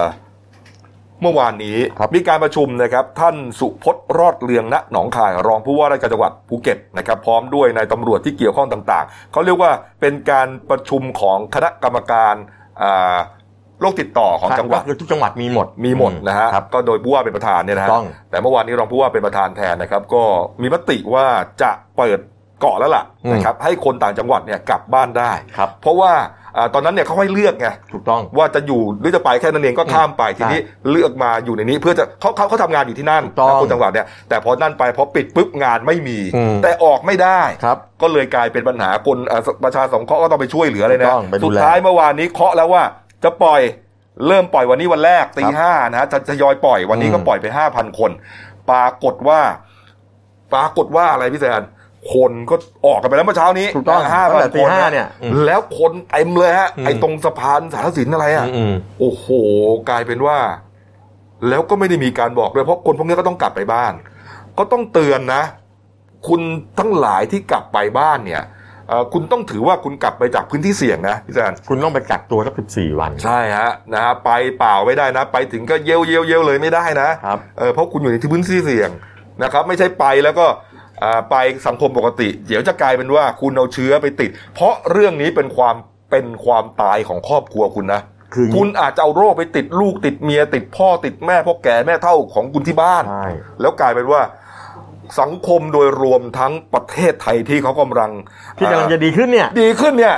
Speaker 1: เมื่อวานนี้
Speaker 2: ครับ
Speaker 1: มีการประชุมนะครับ ท่านสุพจน์รอดเรืองณหนองคาย รองผู้ว่าราชการจังหวัดภูเก็ตนะครับ พร้อมด้วยนายตำรวจที่เกี่ยวข้องต่างๆเขาเรียกว่าเป็นการประชุมของคณะกรรมการอ่าโรคติดต่อของจังหวัด
Speaker 2: าคือทุกจังหวัดมีหมด
Speaker 1: มีหมดนะฮะ
Speaker 2: ครับ
Speaker 1: ก็โดยผู้ว่าเป็นประธานเนี่ยนะฮะ
Speaker 2: ต้อง
Speaker 1: แต่เมื่อวานนี้รองผู้ว่าเป็นประธานแทนนะครับ ก็มีมติว่าจะเปิดเกาะแล้วล่ะนะครับให้คนต่างจังหวัดเนี่ยกลับบ้านได้
Speaker 2: ครับ
Speaker 1: เพราะว่าอ่าตอนนั้นเนี่ยเขาให้เลือกไง
Speaker 2: ถูกต้อง
Speaker 1: ว่าจะอยู่หรือจะไปแค่นั้นเองก็ข้ามไปทีนี้เลือกมาอยู่ในนี้เพื่อจะเขาเขาเขาทำงานอยู่ที่นั่น
Speaker 2: ถูกต้อง
Speaker 1: นะคนจังหวัดเนี่ยแต่พอนั่นไปพอปิดปุ๊บงานไม่มี
Speaker 2: อืม
Speaker 1: แต่ออกไม่ได้
Speaker 2: ครับ
Speaker 1: ก็เลยกลายเป็นปัญหาคนเอ่อประชาสงเคราะห์ก็ต้องไปช่วยเหลือเลย
Speaker 2: ถู
Speaker 1: นะ
Speaker 2: กต้องไปดูแล
Speaker 1: สุดท้ายเมื่อวานนี้เคาะแล้วว่าจะปล่อย เริ่มปล่อยวันนี้วันแรกตีห้านะฮะจะทยอยปล่อยวันนี้ก็
Speaker 2: อืม
Speaker 1: ปล่อยไปห้าพันคน ปรากฏว่า ปรากฏว่าอะไรพี่แซนคนก็ออกกันไปแล้วเมื่อเช้านี้
Speaker 2: ถูกต้อง
Speaker 1: ห้า
Speaker 2: ตั้
Speaker 1: พั
Speaker 2: ง
Speaker 1: น
Speaker 2: แต่ตี
Speaker 1: คน
Speaker 2: ห้า
Speaker 1: นะ
Speaker 2: เนี่ยอืม
Speaker 1: แล้วคนเต็มเลยฮะ
Speaker 2: อืม
Speaker 1: ไอ้ตรงสะพานสารสินอะไรอ่ะ
Speaker 2: อืม
Speaker 1: โอ้โห กลายเป็นว่า แล้วก็ไม่ได้มีการบอกด้วยเพราะคนพวกนี้ก็ต้องกลับไปบ้าน ก็ต้องเตือนนะ คุณทั้งหลายที่กลับไปบ้านเนี่ยเอ่อคุณต้องถือว่าคุณกลับไปจากพื้นที่เสี่ยงนะพี่แซน
Speaker 2: คุณต้องไปกักตัวสักสิบสี่วัน
Speaker 1: ใช่ฮะนะฮะไปเปล่าไม่ได้นะ ไปถึงก็เย้ยวเย้ยวเย้ยวเลยไม่ได้นะ
Speaker 2: ครับ
Speaker 1: เออเพราะคุณอยู่ในที่พื้นที่เสี่ยงนะครับ ไม่ใช่ไปแล้วก็อ่าไปสังคมปกติ เดี๋ยวจะกลายเป็นว่าคุณเอาเชื้อไปติด เพราะเรื่องนี้เป็นความเป็นความตายของครอบครัวคุณนะ
Speaker 2: คืออย่างนี้
Speaker 1: คุณอาจจะเอาโรคไปติดลูกติดเมีย ติดพ่อติดแม่พ่อแก่แม่เท่าของคุณที่บ้าน
Speaker 2: ใช่
Speaker 1: แล้วกลายเป็นว่าสังคมโดยรวมทั้งประเทศไทยที่เขากำลัง
Speaker 2: ที่กำลังจะ
Speaker 1: อ่
Speaker 2: ดีขึ้นเนี่ย
Speaker 1: าดีขึ้นเนี่ย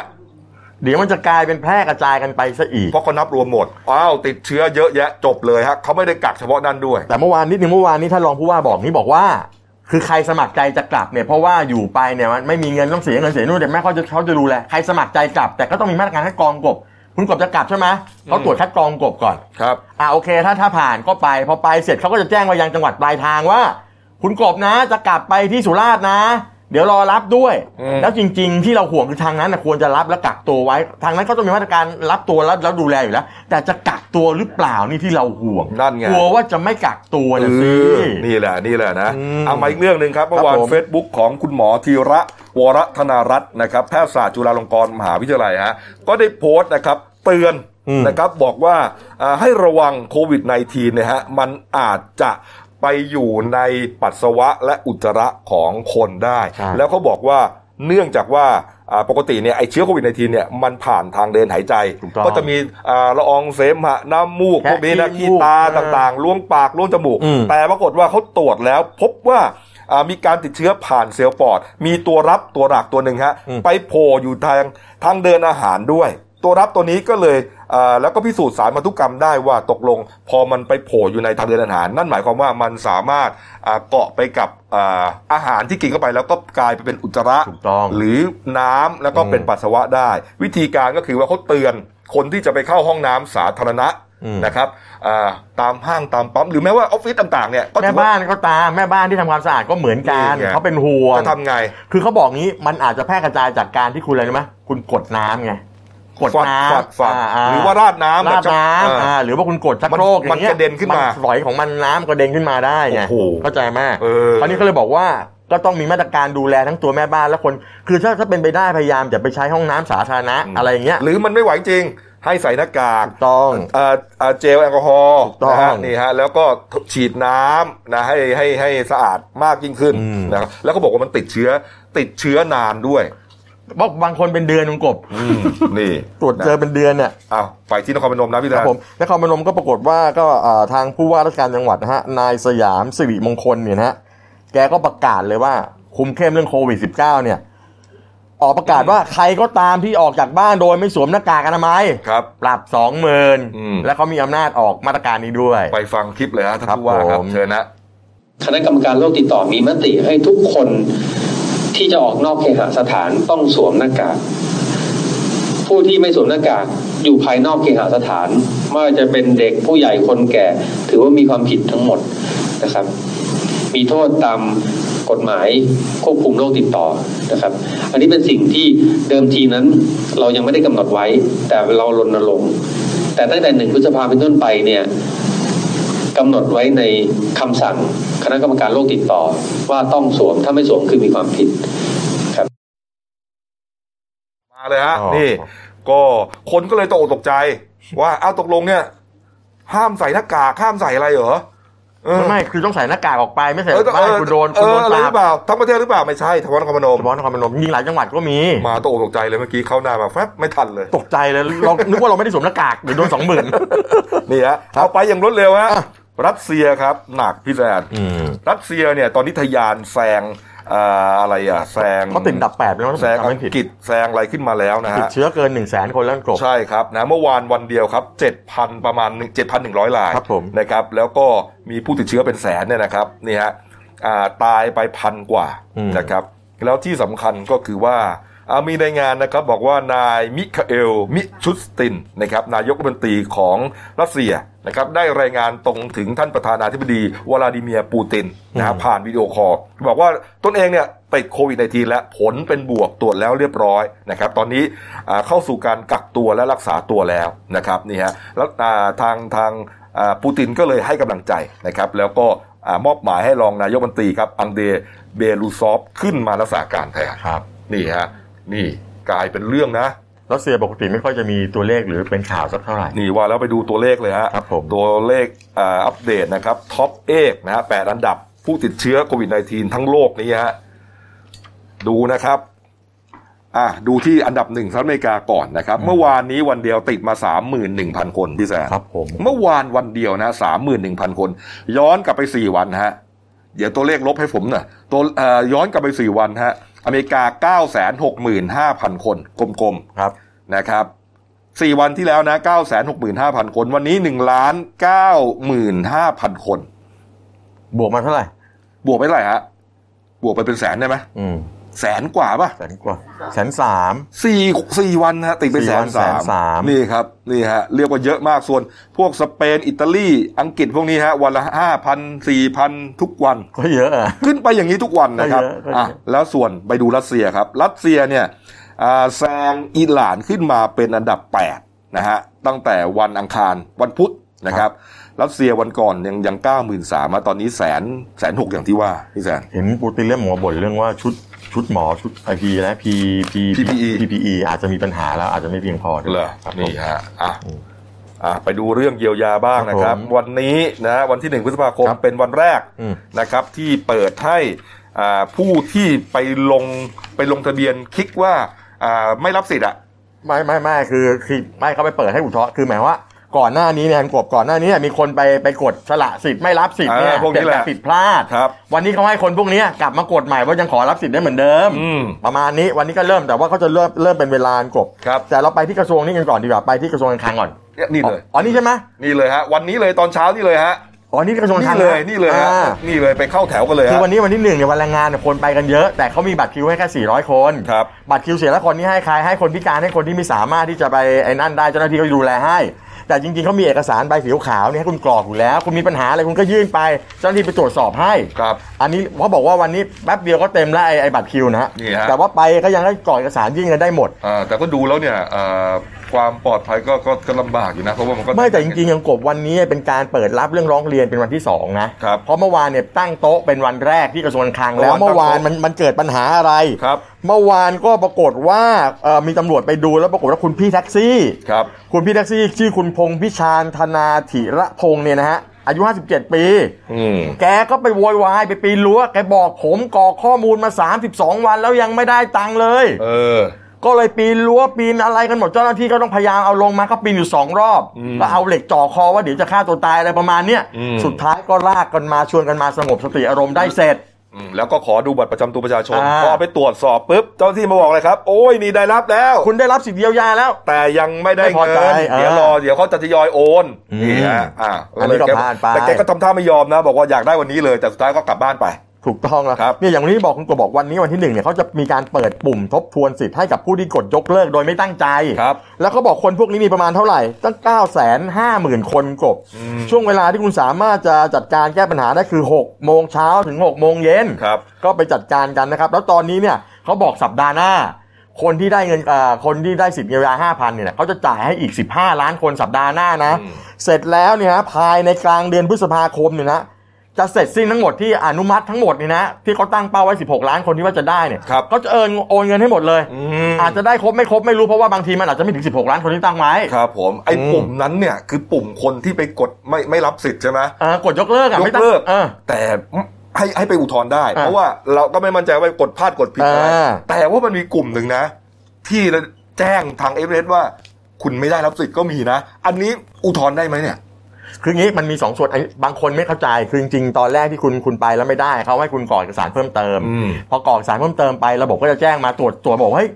Speaker 2: เดี๋ยวมันจะกลายเป็นแพร่กระจายกันไปซะอีก
Speaker 1: เพราะเขานับรวมหมดอ้าวติดเชื้อเยอะแยะจบเลยฮะเขาไม่ได้กักเฉพาะนั่นด้วย
Speaker 2: แต่เมื่อวานนิดนึงเมื่อวานนี้ท่านรองผู้ว่าบอกนี่บอกว่า คือใครสมัครใจจะกลับเนี่ยเพราะว่าอยู่ไปเนี่ยมันไม่มีเงินต้องเสียเงินเสียนู่นแต่แม่เขาจะเขาจะดูแลใครสมัครใจกลับ แต่ก็ต้องมีมาตรการคัดกรองกบ คุณกบจะกลับใช่ไหมเขาตรวจคัดกรองกบก่อน
Speaker 1: ครับ
Speaker 2: อ่าโอเค ถ้าถ้าผ่านก็ไป พอไปเสร็จเขาก็จะแจ้งมายังจังหวัดปลายทางว่า คุณกบนะจะกลับไปที่สุราษฎร์นะ เดี๋ยวรอรับด้วย
Speaker 1: อืม
Speaker 2: แล้วจริง ๆ ที่เราห่วงคือทางนั้นนะควรจะรับและกักตัวไว้ ทางนั้นก็ต้องมีมาตรการรับตัวแล้วแล้วดูแลอยู่แล้ว แต่จะกักตัวหรือเปล่านี่ที่เราห่วง
Speaker 1: นั่นไง
Speaker 2: กลัวว่าจะไม่กักตัวนะสิ
Speaker 1: เออนี่แหละนี่แหละนะ
Speaker 2: อืม
Speaker 1: เอามาอีกเรื่องหนึ่งครับเมื่อวาน
Speaker 2: ผม
Speaker 1: เฟซบุ๊กของคุณหมอธีระวรธนารัตน์นะครับแพทยศาสตร์จุฬาลงกรณ์มหาวิทยาลัยฮะก็ได้โพสต์นะครับเตือน
Speaker 2: อืม
Speaker 1: นะครับบอกว่าอ่าให้ระวังโควิด -19 นะฮะมันอาจจะไปอยู่ในปัสสาวะและอุจจาระของคนได้
Speaker 2: ครับ
Speaker 1: แล้วเขาบอกว่าเนื่องจากว่าอ่าปกติเนี่ยไอเชื้อโควิด -19 เนี่ยมันผ่านทางเดินหายใจ
Speaker 2: ถูกต้อง
Speaker 1: ก็จะมีอ่าละอองเสมหะน้ำมูกพวกนี้นะ
Speaker 2: แคะขี้
Speaker 1: ขี้
Speaker 2: มูก
Speaker 1: ตา
Speaker 2: เออ
Speaker 1: ต่างๆล้วงปากล้วงจมูก
Speaker 2: อืม
Speaker 1: แต่ปรากฏว่าเขาตรวจแล้วพบว่าอ่ามีการติดเชื้อผ่านเซลล์ปอด มีตัวรับตัวหลักตัวหนึ่งฮะ
Speaker 2: อืม
Speaker 1: ไปโผล่อยู่ทางทางเดินอาหารด้วย ตัวรับตัวนี้ก็เลยอ่าแล้วก็พิสูจน์สารพันธุกรรมได้ว่าตกลง พอมันไปโผล่อยู่ในทางเดินอาหาร นั่นหมายความว่ามันสามารถอ่าเกาะไปกับอ่าอาหารที่กินเข้าไป แล้วก็กลายไปเป็นอุจจาระ
Speaker 2: ถูกต้อง
Speaker 1: หรือน้ำแล้วก็เป็น
Speaker 2: อืม
Speaker 1: ปัสสาวะได้ วิธีการก็คือว่าเขาเตือนคนที่จะไปเข้าห้องน้ำสาธารณะ
Speaker 2: อืม
Speaker 1: นะครับอ่าตามห้างตามปั๊ม หรือแม้ว่าออฟฟิศต่างๆเนี่ยก็ถือ
Speaker 2: แม่
Speaker 1: ว่า
Speaker 2: บ้านก็ตามแม่บ้านที่ทำความสะอาดก็เหมือนกัน
Speaker 1: นี่ไง
Speaker 2: เขาเป็นห่วง
Speaker 1: จะทำไง
Speaker 2: คือเขาบอกงี้มันอาจจะแพร่กระจายจากการที่คุณอะไรรู้ไหมคุณกดน้ำไงกด
Speaker 1: ฝัด
Speaker 2: น้
Speaker 1: ฝัดฝัด
Speaker 2: ำา
Speaker 1: หรือว่าราดน้ำ
Speaker 2: ราดน้
Speaker 1: แบบ
Speaker 2: ำ
Speaker 1: เอ
Speaker 2: อ่า
Speaker 1: อ
Speaker 2: หรือว่าคุณกดชัก
Speaker 1: มัน
Speaker 2: โครกอย่างเงี้
Speaker 1: มัน
Speaker 2: ย
Speaker 1: กระเด็นขึ้นมา
Speaker 2: ฝอยของมันน้ำกระเด็นขึ้นมาได้ไง
Speaker 1: โอ้โห
Speaker 2: เข้าใจไหมาก
Speaker 1: เออ
Speaker 2: คราวนี้ก็เลยบอกว่าก็ต้องมีมาตรการดูแลทั้งตัวแม่บ้านและคน คือถ้าถ้าเป็นไปได้พยายามอย่าไปใช้ห้องน้ำสาธารณะอะไรอย่างเงี้ย
Speaker 1: หรือมันไม่ไหวจริง ให้ใส่หน้ากาก
Speaker 2: ถูกต้อง
Speaker 1: เอ่อเอ่อเจลแอลกอฮอล์
Speaker 2: ถูกต้อ
Speaker 1: นะ
Speaker 2: ง
Speaker 1: ฮะนี่ฮะแล้วก็ฉีดน้ำนะให้ให้ให้สะอาดมากยิ่งขึ้น
Speaker 2: อืม
Speaker 1: นะครับแล้วก็บอกว่ามันติดเชื้อติดเชื้อนานด้วย
Speaker 2: บอกบางคนเป็นเดือนคุณกบ
Speaker 1: อืมนี่
Speaker 2: ตรวจเจอเป็นเดือนเนี่ย
Speaker 1: อ้าวไปที่นครพนมนะพี่
Speaker 2: ค
Speaker 1: ดา
Speaker 2: รับผมนครพนมก็ปรากฏว่าก็เอ่อทางผู้ว่าราชการจังหวัดนะฮะนายสยามสิริมงคลเนี่ยนะฮะแกก็ประกาศเลยว่า คุมเข้มเรื่องโควิด -19 เนี่ย ออกประกาศว่าใครก็ตามที่ออกจากบ้านโดยไม่สวมหน้ากากอนามัย
Speaker 1: ครับ
Speaker 2: ปรับสองหมื่น
Speaker 1: อืม
Speaker 2: และเขามีอำนาจออกมาตรการนี้ด้วย
Speaker 1: ไปฟังคลิปเลยฮะท่าน
Speaker 2: ครับ
Speaker 1: ผู้ว่าครับ
Speaker 2: ผม
Speaker 1: เชิญนะ
Speaker 3: คณะกรรมการโรคติดต่อมีมติให้ทุกคนที่จะออกนอกเคหสถานต้องสวมหน้ากาก ผู้ที่ไม่สวมหน้ากากอยู่ภายนอกเคหสถานไม่ว่าจะเป็นเด็กผู้ใหญ่คนแก่ ถือว่ามีความผิดทั้งหมดนะครับ มีโทษตามกฎหมายควบคุมโรคติดต่อนะครับ อันนี้เป็นสิ่งที่เดิมทีนั้นเรายังไม่ได้กำหนดไว้ แต่เรารณรงค์แต่ตั้งแต่หนึ่งพฤษภาเป็นต้นไปเนี่ย กำหนดไว้ในคำสั่งคณะกรรมการโรคติดต่อ ว่าต้องสวมถ้าไม่สวมคือมีความผิด
Speaker 1: มาเลยฮะ
Speaker 2: อ๋อ
Speaker 1: นี่ ก็คนก็เลยตกอกตกใจ ว่าเอ้าตกลงเนี่ย ห้ามใส่หน้ากากห้ามใส่อะไรเหรอเออ
Speaker 2: ไม่คือต้องใส่หน้ากากออกไปไม่ใส่
Speaker 1: เออต้อง
Speaker 2: บ้าน
Speaker 1: เออ
Speaker 2: คุณโดน
Speaker 1: เอ
Speaker 2: คุณโด
Speaker 1: อน อะไรห
Speaker 2: ปรั
Speaker 1: รื
Speaker 2: บ
Speaker 1: อเปล่าทั้งประเทศหรือเปล่าไม่ใช่ทั้งนครพนม
Speaker 2: เฉพาะนครพนมยิงหลายจังหวัดก็มี
Speaker 1: มาตกอกตกใจเลยเมื่อกี้เข้าหน้ามาแฟบไม่ทันเลย
Speaker 2: ตกใจเลยเรานึกว่าเราไม่ได้สวมหน้ากากเดี๋ยวโดนสองหมื่น
Speaker 1: นี่ฮะ
Speaker 2: ครับ
Speaker 1: เอาไปอย่างรวดเร็วฮะ
Speaker 2: อ่ะ
Speaker 1: รัสเซียครับหนักพี่แซนรัสเซียเนี่ย ตอนนี้ทะยานแซงเอ่ออะไรอ่ะแซง
Speaker 2: เขาติดอันดับแปดไปแล้วถ้าผ
Speaker 1: แซง
Speaker 2: มจำ
Speaker 1: อั
Speaker 2: ไม่
Speaker 1: ง
Speaker 2: ผิด
Speaker 1: กฤษแซงอะไรขึ้นมาแล้วนะ
Speaker 2: ติด
Speaker 1: ฮะ
Speaker 2: เชื้อเกินหนึ่งแสนคนแล้วกบ
Speaker 1: ใช่ครับนะเมื่อวานวันเดียวครับ 7,000 ประมาณ 7,100 ราย
Speaker 2: ครับผม
Speaker 1: นะครับแล้วก็มีผู้ติดเชื้อเป็นแสนเนี่ยนะครับนี่ฮะอ่าตายไปพันกว่านะครับแล้วที่สำคัญก็คือว่า อ่ามีในงานนะครับบอกว่านายมิคาเอลมิชุสตินนะครับนายกรัฐมนตรีของรัสเซียนะครับได้รายงานตรงถึงท่านประธานาธิบดีวลาดิเมียร์ปูตินนะฮะ
Speaker 2: อืม
Speaker 1: ผ่านวิดีโอคอลบอกว่าตนเองเนี่ยติดโควิดในทีและผลเป็นบวกตรวจแล้วเรียบร้อยนะครับตอนนี้อ่าเข้าสู่การกักตัวและรักษาตัวแล้วนะครับนี่ฮะแล้วอ่าทางทางอ่าปูตินก็เลยให้กำลังใจนะครับแล้วก็อ่ามอบหมายให้รองนายกรัฐมนตรีครับอันเดย์เบลูซอฟขึ้นมารักษาการแทน
Speaker 2: ครับ
Speaker 1: นี่ฮะนี่กลายเป็นเรื่องนะ
Speaker 2: รัสเซียปกติไม่ค่อยจะมีตัวเลขหรือเป็นข่าวสักเท่าไหร่
Speaker 1: นี่ว่าแล้วไปดูตัวเลขเลยฮะ
Speaker 2: ครับผม
Speaker 1: ตัวเลขอ่าอัปเดตนะครับท็อปเอกนะฮะแปดอันดับผู้ติดเชื้อโควิด -19 ทั้งโลกนี้ฮะดูนะครับอ่ะดูที่อันดับหนึ่งสหรัฐอเมริกาก่อนนะครับ เมื่อวานนี้วันเดียวติดมา 31,000 คนพี่แซม
Speaker 2: ครับผม
Speaker 1: เมื่อวานวันเดียวนะสามหมื่นหนึ่งพันคน ย้อนกลับไปสี่วันฮะ เดี๋ยวตัวเลขลบให้ผมหน่อยตัวเอ่อย้อนกลับไปสี่วันฮะ อเมริกาเก้าแสนหกหมื่นห้าพันคน กลม
Speaker 2: ครับ
Speaker 1: ๆนะครับสี่วันที่แล้วนะเก้าแสนหกหมื่นห้าพันคน วันนี้หนึ่งล้านเก้าหมื่นห้าพันคน
Speaker 2: บวกมาเท่าไหร่
Speaker 1: บวกไปเท่าไหร่ฮะ บวกไปเป็นแสนได้ไหม
Speaker 2: อืม
Speaker 1: แสนกว่าป่ะ
Speaker 2: แสนกว่าแสนสาม
Speaker 1: สี่สี่วันฮะติดไป
Speaker 2: สี่
Speaker 1: แส
Speaker 2: วัน น
Speaker 1: สาม
Speaker 2: แสนสาม
Speaker 1: นี่ครับนี่ฮะเรียกว่าเยอะมากส่วนพวกสเปนอิตาลีอังกฤษพวกนี้ฮะวันละห้าพันสี่พันทุกวัน
Speaker 2: ก็เยอะอะ
Speaker 1: ขึ้นไปอย่างนี้ทุกวันนะครับ
Speaker 2: ก็เยอะก็เยอะ
Speaker 1: อ่ะแล้วส่วนไปดูรัสเซียครับ รัสเซียเนี่ยอ่าแซงอิหร่านขึ้นมาเป็นอันดับ 8 นะฮะ ตั้งแต่วันอังคารวันพุธนะครับ รัสเซียวันก่อนยังยังเก้าหมื่นสามตอนนี้แสนแสนหกอย่างที่ว่าพี่แสน
Speaker 2: เห็นปูตินเริ่มหมอบ่นเรื่องว่าชุดชุดหมอชุดไอพีและพีพี
Speaker 1: PPE
Speaker 2: PPE อาจจะมีปัญหาแล้วอาจจะไม่เพียงพอด้วย
Speaker 1: เหรอ
Speaker 2: ครับผม
Speaker 1: นี่ฮะอ่ะอ่ะไปดูเรื่องเยียวยาบ้างนะครับ
Speaker 2: ครับผม
Speaker 1: วันนี้นะวันที่หนึ่งพฤษภาคม
Speaker 2: ครับ
Speaker 1: เป็นวันแรก
Speaker 2: อืม
Speaker 1: นะครับที่เปิดให้อ่าผู้ที่ไปลงไปลงทะเบียนคิดว่าอ่าไม่รับสิทธิ์อะ
Speaker 2: ไม่ไม่ไม่คือคือไม่เขาไปเปิดให้อุทธรณ์คือหมายว่าก่อนหน้านี้เนี่ยกบก่อนหน้านี้เนี่ยมีคนไปไปกดสละสิทธิ์ไม่รับสิทธิ์เนี่ย
Speaker 1: อ่าพวกนี้แหละ
Speaker 2: เกิดจากผิดพลาด
Speaker 1: ครับ
Speaker 2: วันนี้เขาให้คนพวกเนี้ยกลับมากดใหม่ว่ายังขอรับสิทธิ์ได้เหมือนเดิม
Speaker 1: อืม
Speaker 2: ประมาณนี้วันนี้ก็เริ่มแต่ว่าเขาจะเริ่มเริ่มเป็นเวลากบ
Speaker 1: ครับ
Speaker 2: แต่เราไปที่กระทรวงนี้กันก่อนดีกว่าไปที่กระทรวงการคลังก่อน
Speaker 1: เนี่ยนี่เลย
Speaker 2: อ๋อนี่ใช่ไหม
Speaker 1: นี่เลยฮะ วันนี้เลยตอนเช้านี่เลยฮะ
Speaker 2: อ๋อนี่กระทรวงการคลั
Speaker 1: นี่
Speaker 2: ง
Speaker 1: เลยนี่เลยฮะ
Speaker 2: อ่า
Speaker 1: นี่เลยไปเข้าแถวกันเลย
Speaker 2: คือ
Speaker 1: ฮะ
Speaker 2: วันนี้วันที่หนึ่งเนี่ยวันแรงงานเนี่ยคนไปกันเยอะแต่เขามีบัตรคิวให้แค่ 400 คน
Speaker 1: ครับ
Speaker 2: ตรคิว400คนนี่ให้ใครให้คนพิการให้คนที่ไม่สามารถที่จะไปไอ้นั่นได้เจ้าหน้าที่ก็ดูแลให้ แต่จริงๆเขามีเอกสารใบสีขาวเนี่ยให้คุณกรอกอยู่แล้ว คุณมีปัญหาอะไรคุณก็ยื่นไปเจ้าหน้าที่ไปตรวจสอบให้
Speaker 1: ครับ
Speaker 2: อันนี้เขาบอกว่าวันนี้แป๊บเดียวก็เต็มแล้วไอ้ไอ้บัตรคิวนะฮะ
Speaker 1: นี่ฮะ
Speaker 2: แต่ว่าไปก็ยังได้กรอกเอกสารยื่นกันได้หมด
Speaker 1: อ่าแต่ก็ดูแล้วเนี่ยอ่าความปลอดภัยก็ก็ก็ลำบากอยู่นะเพราะว่ามันก็
Speaker 2: ไม่แต่จริงๆยังกบวันนี้เป็นการเปิดรับเรื่องร้องเรียนเป็นวันที่สองนะครับ เพราะเมื่อวานเนี่ยตั้งโต๊ะเป็นวันแรกที่กระทรวงการคลังแล้ว
Speaker 1: เมื่
Speaker 2: เมื่
Speaker 1: อวาว
Speaker 2: อาน น
Speaker 1: ตั้งโต๊ะ
Speaker 2: มันมันเกิดปัญหาอะไร
Speaker 1: ครับ
Speaker 2: เมื่อวานก็ปรากฏว่าเอ่อมีตำรวจไปดูแล้วปรากฏว่าคุณพี่แท็กซี่
Speaker 1: ครับ
Speaker 2: คุณพี่แท็กซี่ ชื่อคุณพงพิชานธนาธิระพงศ์เนี่ยนะฮะอายุ 57 ปี
Speaker 1: อืม
Speaker 2: แกก็ไปโวยวายไปปีนรั้วแกบอกผมกรอกข้อมูลมา 32 วันแล้วยังไม่ได้ตังค์เลย
Speaker 1: เออ
Speaker 2: ก็เลยปีนรั้วปีนอะไรกันหมดเจ้าหน้าที่ก็ต้องพยายามเอาลงมาก็ปีนอยู่สองรอบ
Speaker 1: อืม
Speaker 2: ก็เอาเหล็กจ่อคอว่าเดี๋ยวจะฆ่าตัวตายอะไรประมาณเนี้ย
Speaker 1: อืม
Speaker 2: สุดท้ายก็ลากกันมาชวนกันมาสงบสติอารมณ์ได้เสร็จ
Speaker 1: อืมแล้วก็ขอดูบัตรประจำตัวประชาชน
Speaker 2: อ่า
Speaker 1: พอเอาไปตรวจสอบปุ๊บเจ้าหน้าที่มาบอกเลยครับ โอ้ยนี่ได้รับแล้ว
Speaker 2: คุณได้รับสิทธิเยียวยาแล้ว
Speaker 1: แต่ยังไม่ได้
Speaker 2: ไม่พอ
Speaker 1: เงิ
Speaker 2: ใจ
Speaker 1: นเดี๋ยว
Speaker 2: อ่าร
Speaker 1: อเดี๋ยวเขาจะทยอยโอน
Speaker 2: อืม
Speaker 1: นี่ฮะอ่า
Speaker 2: อันนี้ก็พลาดไป
Speaker 1: แต่แกก็ทำท่าไม่ยอมนะ บอกว่าอยากได้วันนี้เลยแต่สุดท้ายก็กลับบ้านไป
Speaker 2: ถูกต้องแล้ว
Speaker 1: ครับ
Speaker 2: เนี่ยอย่างวันนี้บอกคุณกบบอกวันนี้วันที่หนึ่งเนี่ยเขาจะมีการเปิดปุ่มทบทวนสิทธิ์ให้กับผู้ที่กดยกเลิกโดยไม่ตั้งใจ
Speaker 1: ครับ
Speaker 2: แล้วเขาบอกคนพวกนี้มีประมาณเท่าไหร่ ตั้ง 9 5 0 0 0 0 คนกบ ช่วงเวลาที่คุณสามารถจะจัดการแก้ปัญหาได้คือ 6 โมงเช้าถึง 6 โมงเย็น
Speaker 1: ครับ
Speaker 2: ก็ไปจัดการกันนะครับ แล้วตอนนี้เนี่ยเขาบอกสัปดาห์หน้า คนที่ได้เงินเอ่อคนที่ได้สิทธิ์เยียวยา5,000เนี่ยนะเขาจะจ่ายให้อีก 15 ล้านคนสัปดาห์หน้านะ
Speaker 1: อืม
Speaker 2: เสร็จแล้วเนี่ยฮะภายในกลางเดือนพฤษภาคมเนี่ยนะจะเสร็จสิ้นทั้งหมดที่อนุมัติทั้งหมดเนี่ยนะที่เขาตั้งเป้าไว้ 16 ล้านคนที่ว่าจะได้เนี่ย
Speaker 1: ครับ
Speaker 2: เขาจะเอินโอนเงินให้หมดเลย
Speaker 1: อืม
Speaker 2: อาจจะได้ครบไม่ครบไม่รู้เพราะว่าบางทีมันอาจจะไม่ถึง 16 ล้านคนที่ตั้งไว้
Speaker 1: ครับผมไอ้
Speaker 2: อืม
Speaker 1: ปุ่มนั้นเนี่ยคือปุ่มคนที่ไปกดไม่ไม่รับสิทธิ์ใช่ไหม
Speaker 2: เออกดยกเลิกอะ
Speaker 1: ย
Speaker 2: ไม่
Speaker 1: ก
Speaker 2: ตั้ง
Speaker 1: เลิก
Speaker 2: เออ
Speaker 1: แต่ให้ให้ไปอุทธรณ์ได้
Speaker 2: อ่า
Speaker 1: เพราะว่าเราก็ไม่มั่นใจว่ากดพลาดกดผิดอะไร
Speaker 2: อ่า
Speaker 1: แต่ว่ามันมีกลุ่มหนึ่งนะ ที่แจ้งทางเอฟเว่า คุณไม่ได้รับสิทธิ์ก็มีนะ อันนี้อุทธรณ์ได้ไหมเนี่ย
Speaker 2: คืองี้มันมีสองส่วนอันนี้บางคนไม่เข้าใจคือจริงๆตอนแรกที่คุณคุณไปแล้วไม่ได้เขาให้คุณกรอกเอกสารเพิ่มเติม
Speaker 1: อืม
Speaker 2: พอกรอกเอกสารเพิ่มเติมไประบบก็จะแจ้งมาตรวจตรวจบอกว่าเฮ้ย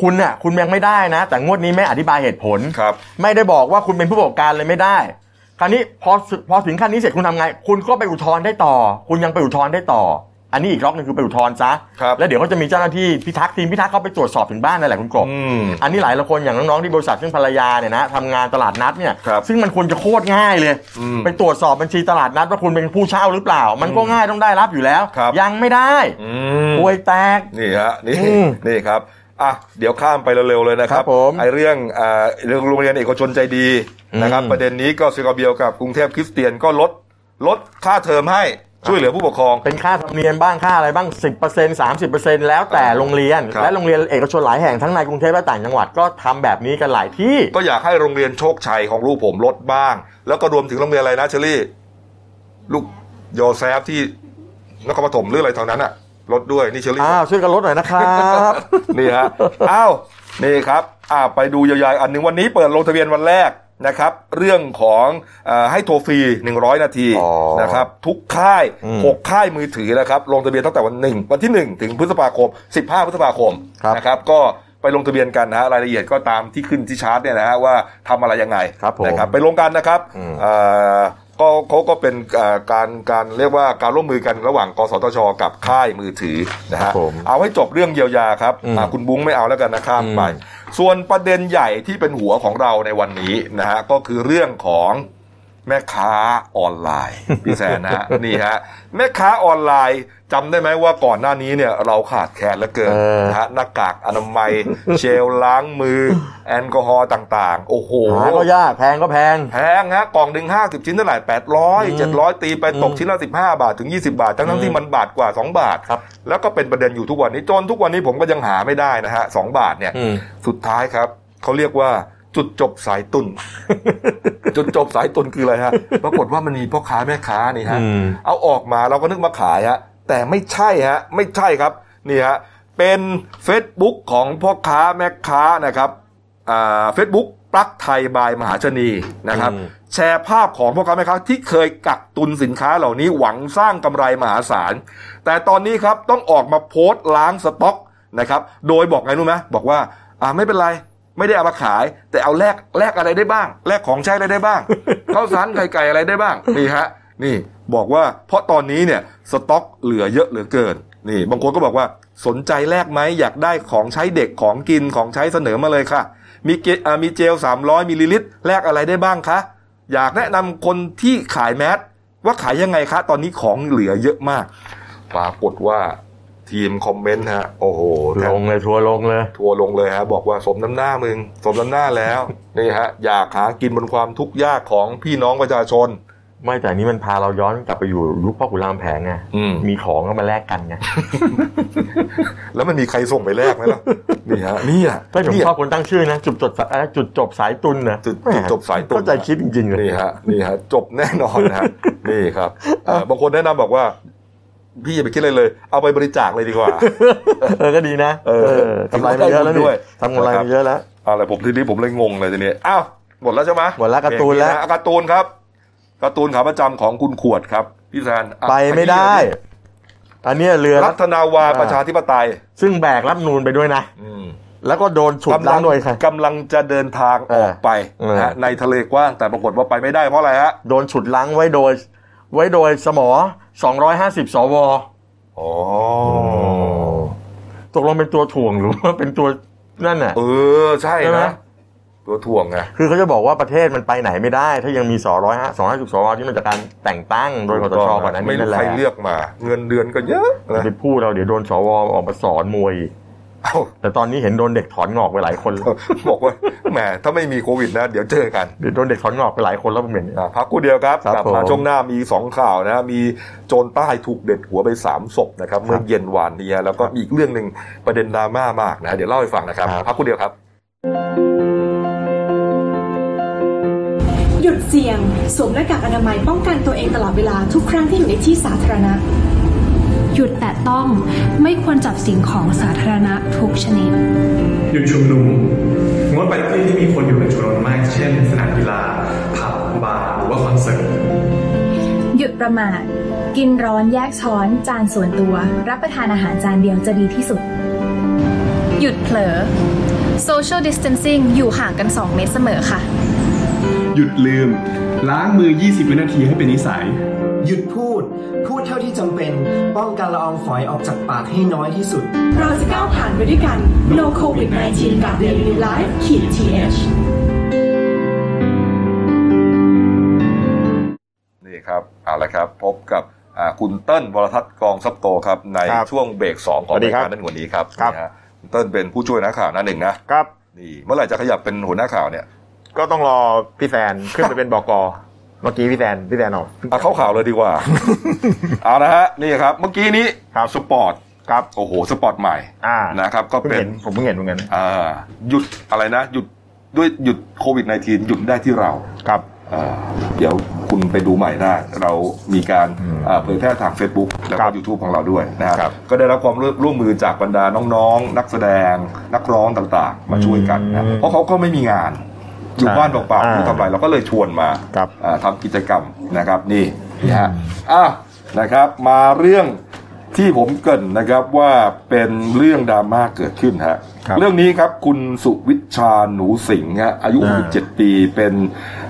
Speaker 2: คุณน่ะคุณยังไม่ได้นะ แต่งวดนี้ไม่อธิบายเหตุผล
Speaker 1: ครับ
Speaker 2: ไม่ได้บอกว่าคุณเป็นผู้ประกอบการเลยไม่ได้ คราวนี้พอพอถึงขั้นนี้เสร็จคุณทำไง คุณก็ไปอุทธรณ์ได้ต่อ คุณยังไปอุทธรณ์ได้ต่อ อันนี้อีกล็อกหนึงคือไปอุทธรณ์ซะ
Speaker 1: ครับ
Speaker 2: แล้วเดี๋ยวก็จะมีเจ้าหน้าที่พิทักษ์ทีมพิทักษ์เขาไปตรวจสอบถึงบ้านนั่นแหละคุณกบ
Speaker 1: อืม
Speaker 2: อันนี้หลายคนอย่างน้องๆที่บริษัทซึ่งภรรยาเนี่ยนะทำงานตลาดนัดเนี่ย
Speaker 1: ครับ
Speaker 2: ซึ่งมันควรจะโคตรง่ายเลย
Speaker 1: อืม
Speaker 2: ไปตรวจสอบบัญชีตลาดนัดว่าคุณเป็นผู้เช่าหรือเปล่า มันก็ง่ายต้องได้รับอยู่แล้ว
Speaker 1: ครับ
Speaker 2: ยังไม่ได้
Speaker 1: อืม
Speaker 2: ป่วยแตก
Speaker 1: นี่ฮะนี่
Speaker 2: อืม
Speaker 1: นี่ครับอ่ะเดี๋ยวข้ามไปเร็วๆเลยนะครับ
Speaker 2: ครับผม
Speaker 1: ไอ้เรื่องอ่าเรื่องโรงเรียนเอกชนใจดีนะครับ
Speaker 2: อืม
Speaker 1: ประเด็นนี้ก็ซิกาเบียวกับกรุงเทพคริสเตียนก็ลดลดค่าเทอมให้ช่วยเหลือผู้ปกครอง
Speaker 2: เป็นค่าธรรมเนียมบ้างค่าอะไรบ้าง 10% 30%แล้วแต่โรงเรียน
Speaker 1: ครับ
Speaker 2: และโรงเรียนเอกชนหลายแห่งทั้งในกรุงเทพและต่างจังหวัดก็ทำแบบนี้กันหลายที่
Speaker 1: ก็อยากให้โรงเรียนโชคชัยของลูกผมลดบ้าง แล้วก็รวมถึงโรงเรียนอะไรนะเชอรี่ ลูกโยแซฟที่นครปฐมหรืออะไรแถวนั้นอะลดด้วยนี่เชอรี่
Speaker 2: อ้าวช่วยกันลดหน่อยนะครับ
Speaker 1: นี่ฮะ อ้าว นี่ครับอ่าไปดูยาวๆ อันหนึ่งวันนี้เปิดลงทะเบียนวันแรกนะครับ เรื่องของเออให้โทรฟรี 100 นาที
Speaker 2: อ๋อ
Speaker 1: นะครับ ทุกค่าย
Speaker 2: อืม
Speaker 1: 6 ค่ายมือถือนะครับ ลงทะเบียนตั้งแต่วันหนึ่งวันที่ 1 ถึงพฤษภาคม 15 พฤษภาคม
Speaker 2: ครับ
Speaker 1: นะครับ ก็ไปลงทะเบียนกันนะฮะรายละเอียดก็ตามที่ขึ้นที่ชาร์ตเนี่ยนะฮะว่าทำอะไรยังไง
Speaker 2: ครับผม
Speaker 1: นะครับไปลงกันนะครับ
Speaker 2: อืม
Speaker 1: เอ่อก็เขาก็เป็นเอ่อการการเรียกว่าการร่วมมือกันระหว่าง กสทช กับค่ายมือถือนะ
Speaker 2: ครั
Speaker 1: ฮะ
Speaker 2: บผม
Speaker 1: เอาให้จบเรื่องเยียวยาครับ
Speaker 2: อืม
Speaker 1: อ่ะคุณบุ้งไม่เอาแล้วกันนะครับ
Speaker 2: อืม
Speaker 1: ไปส่วนประเด็นใหญ่ที่เป็นหัวของเราในวันนี้นะฮะก็คือเรื่องของแม่ค้าออนไล น์ พี่แซนนะฮะนี่ฮะแม่ค้าออนไลน์จำได้ไหมว่าก่อนหน้านี้เนี่ยเราขาดแคลนเหลือเกิน
Speaker 2: เออ
Speaker 1: นะฮะหน้ากากอนามั ย เจลล้างมือ แอลกอฮอล์ต่างๆ โอ้โห
Speaker 2: หาก็ยากแพงก็แพง
Speaker 1: แพงฮะกล่องหนึ่งห้าสิบชิ้นเท่าไหร่แปดร้อยเจ็ดร้อยตีไปตกชิ้นละสิบห้าบาทถึงยี่สิบาท ทั้งทั้งๆที่มันบาทกว่าสองบาท
Speaker 2: ครับ
Speaker 1: แล้วก็เป็นประเด็นอยู่ทุกวันนี้จนทุกวันนี้ผมก็ยังหาไม่ได้นะฮะสองบาทเนี่ย
Speaker 2: อืม
Speaker 1: สุดท้ายครับ เขาเรียกว่าจุดจบสายตุน จุดจบสายตุนคืออะไรฮะ ปรากฏว่ามันมีพ่อค้าแม่ค้านี่ฮะ
Speaker 2: อืม
Speaker 1: เอาออกมาเราก็นึกมาขายฮะ แต่ไม่ใช่ฮะ ไม่ใช่ครับ นี่ฮะ เป็น Facebook ของพ่อค้าแม่ค้านะครับเฟซบุ๊กปลักไทยบายมหาชนีนะครับ
Speaker 2: อืม
Speaker 1: แชร์ภาพของพ่อค้าแม่ค้าที่เคยกักตุนสินค้าเหล่านี้หวังสร้างกำไรมหาศาล แต่ตอนนี้ครับต้องออกมาโพสต์ล้างสต็อกนะครับ โดยบอกไงรู้ไหมบอกว่าอ่าไม่เป็นไร ไม่ได้เอามาขาย แต่เอาแลกแลกอะไรได้บ้าง แลกของใช้อะไรได้ บ้าง ข้าวสารไข่ไก่อะไรได้บ้างนี่ฮะนี่บอกว่าเพราะตอนนี้เนี่ยสต็อกเหลือเยอะเหลือเกิน นี่บางคนก็บอกว่าสนใจแลกไหมอยากได้ของใช้เด็กของกินของใช้เสนอมาเลยค่ะ มีเกอ่ามีเจล 300มิลลิลิตรแลกอะไรได้บ้างคะ อยากแนะนำคนที่ขายแมสว่าขายยังไงคะ ตอนนี้ของเหลือเยอะมาก ปรากฏว่าทีมคอมเมนต์ฮะ โอ้โหแท
Speaker 2: ล
Speaker 1: บ
Speaker 2: งเลยทัวร์ลงเลย
Speaker 1: ทัวร์ลงเลยฮะ บอกว่าสมน้ำหน้ามึง สมน้ำหน้าแล้ว นี่ฮะ อยากหากินบนความทุกข์ยากของพี่น้องประชาชน
Speaker 2: ไม่แต่อันนี้มันพาเราย้อนกลับไปอยู่ยุคพ่อขุนรามแผงไง
Speaker 1: อืม
Speaker 2: มีของก็มาแลกกันไง
Speaker 1: แล้วมันมีใครส่งไปแลกไหมล่ะ นี่ฮะนี่อ่ะ
Speaker 2: ก็ผม
Speaker 1: นี่
Speaker 2: ชอ
Speaker 1: อะ
Speaker 2: บคนตั้งชื่อนะจุดจดอะไรจุดจบสายตุนนะ
Speaker 1: จุดจุดจบสายตุล
Speaker 2: เข้าใจคิดจริงๆเลย
Speaker 1: นี่ฮะนี่ฮะจบแน่นอน นะฮะ นี่ครับเอ่อบางคนแนะนำบอกว่า พี่อย่าไปคิดเลยเลย เอาไปบริจาคเลยดีกว่า
Speaker 2: เออก็ดีนะ
Speaker 1: เออก
Speaker 2: ำไรมาเยอะแล้ว
Speaker 1: ถือ
Speaker 2: นี่
Speaker 1: ว่าได้บุญด้วย
Speaker 2: ทำกำไรมาเยอะแล้ว
Speaker 1: เอาละผมทีนี้ผมเลยงงเลยทีนี้อ้าวหมดแล้วใช่ไหม
Speaker 2: หมดแล้วการ์ตูนแล้ว
Speaker 1: เบรกะการ์ตูนครับการ์ตูนขาประจำของคุณขวดครับพี่แซนอ่ะ
Speaker 2: ไปไม่ได้ อันเนี้ยเรือ
Speaker 1: รัฐนาวาประชาธิปไตย
Speaker 2: ซึ่งแบกรับนูนไปด้วยนะ
Speaker 1: อืม
Speaker 2: แล้วก็โดนฉุด
Speaker 1: กำ
Speaker 2: ล้า
Speaker 1: ลั
Speaker 2: งโดยใคร
Speaker 1: กำลังจะเดินทางออกไป
Speaker 2: เออ
Speaker 1: นะฮะในทะเลกว้างแต่ปรากฏว่าไปไม่ได้เพราะอะไรฮะ
Speaker 2: โดนฉุดล้างไว้โดย ไว้โดยสมอ 250 สว
Speaker 1: อ๋อ
Speaker 2: ตกลงเป็นตัวถ่วงหรือว่า เป็นตัวนั่นน่ะ
Speaker 1: เออใช่
Speaker 2: ใช่ไหม
Speaker 1: นะตัวถ่วงไง
Speaker 2: คือเขาจะบอกว่าประเทศมันไปไหนไม่ได้ ถ้ายังมีสอร้อยห้าสองห้าสิบสวที่มันจากการแต่งตั้งโดยคอสชก่อนหนั้น
Speaker 1: ไม่
Speaker 2: นั่
Speaker 1: รู้
Speaker 2: นแหละ
Speaker 1: ใครเลือกมา เงินเดือนก็เยอะนะ
Speaker 2: ไปพูดเราเดี๋ยวโดนสวออกมาสอนมวย
Speaker 1: เอ้า
Speaker 2: แต่ตอนนี้เห็นโดนเด็กถอนงอกไปหลายคนแล้ว
Speaker 1: บอกว่า แหมถ้าไม่มีโควิดนะ เดี๋ยวเจอกัน
Speaker 2: เดี๋ยวโดนเด็กถอนงอกไปหลายคนแล้วผมเห็น
Speaker 1: อ่ะพักกูเดียวครับ
Speaker 2: ครับ
Speaker 1: กลับมา
Speaker 2: ผม
Speaker 1: ช่วงหน้ามีสองข่าวนะมีโจรใต้ถูกเด็ดหัวไปสามศพนะครับเมื่อเย็นวานนี้แล้วก็มีอีกเรื่องหนึ่งประเด็นดราม่ามากนะ เดี๋ยวเล่าให้ฟังนะครับ
Speaker 2: ครับ
Speaker 1: พักกูเดียวครับ
Speaker 4: หยุดเสี่ยง สวมหน้ากากอนามัยป้องกันตัวเองตลอดเวลาทุกครั้งที่อยู่ในที่สาธารณะ
Speaker 5: หยุดแตะต้องไม่ควรจับสิ่งของสาธารณะทุกชนิด
Speaker 6: หยุดชุมนุมงดไปที่ที่มีคนอยู่เป็นจำนวนมาก เช่น สนามกีฬาผับบาร์หรือว่าคอนเสิร์ต
Speaker 7: หยุดประมาท กินร้อนแยกช้อน จานส่วนตัว รับประทานอาหารจานเดียวจะดีที่สุด หยุดเผลอ social distancing อยู่ห่างกัน 2 เมตรเสมอค่ะ
Speaker 8: หยุดลืม
Speaker 6: ล้างมือ 20 วินาทีให้เป็นนิสัย
Speaker 8: หยุดพูด พูดเท่าที่จำเป็น ป้องกันละอองฝอยออกจากปากให้น้อยที่สุด
Speaker 4: เราจะก้าวผ่านไปด้วยกัน No COVID 19กับ Daily New Life ขีด th
Speaker 1: นี่ครับเอาละครับ พบกับอ่าคุณเติ้ลวรทัศน์กองซับโตครับใน
Speaker 2: ครับ
Speaker 1: ช่วงเบรกสองของ
Speaker 2: สวัสดี
Speaker 1: ราย
Speaker 2: ครับ
Speaker 1: การนั่นวันนี้ครับ
Speaker 2: ครับ
Speaker 1: นี่ฮะคุณเติ้ลเป็นผู้ช่วยนักข่าวหน้าหนึ่งนะครับ นี่เมื่อไหร่จะขยับเป็นหัวหน้าข่าวเนี่ย
Speaker 2: ก็ต้องรอพี่แฟนขึ้นไปเป็นบกเมื่อกี้พี่แฟนพี่แฟนออก
Speaker 1: เอาเข้าข่าวเลยดีก ว่า เอานะฮะนี่ครับ เมื่อกี้นี้
Speaker 2: ครับ
Speaker 1: สปอร์ต
Speaker 2: ครับ
Speaker 1: โอ้โหสปอร์ตใหม่
Speaker 2: อ่า
Speaker 1: นะครับก็
Speaker 2: เพิ่ง
Speaker 1: เป็น
Speaker 2: เห็นผมเพิ่งเห็นเหมือนกัน
Speaker 1: อ่าหยุดอะไรนะ หยุดด้วยหยุดโควิด -19 หยุดได้ที่เรา
Speaker 2: ครับ
Speaker 1: อ่าเดี๋ยวคุณไปดูใหม่ได้ เรามีการ
Speaker 2: อืม
Speaker 1: อ่าเผยแพร่ทาง Facebook แล้ว
Speaker 2: ครั
Speaker 1: ก็
Speaker 2: บ
Speaker 1: YouTube ของเราด้วยนะค
Speaker 2: ครั
Speaker 1: รับบ ก็ได้รับความร่วมมือจากบรรดาน้องๆ นักแสดง นักร้องต่างๆ มาช่วยกันนะ
Speaker 2: อืม
Speaker 1: เพราะเขาก็ไม่มีงาน อยู่บ้านเปล่าๆ
Speaker 2: อ่า
Speaker 1: ไม่รู้ทำอะไรเราก็เลยชวนมา
Speaker 2: ครับ
Speaker 1: อ่าทำกิจกรรมนะครับนี่นี่ฮะอ่ะนะครับมาเรื่องที่ผมเกรินนะครับว่าเป็นเรื่องดราม่าเกิดขึ้นฮะ
Speaker 2: ครับ
Speaker 1: เรื่องนี้ครับคุณสุวิชาหนูสิงห์ฮะอายุ
Speaker 2: อ่า
Speaker 1: 67 ปีเป็น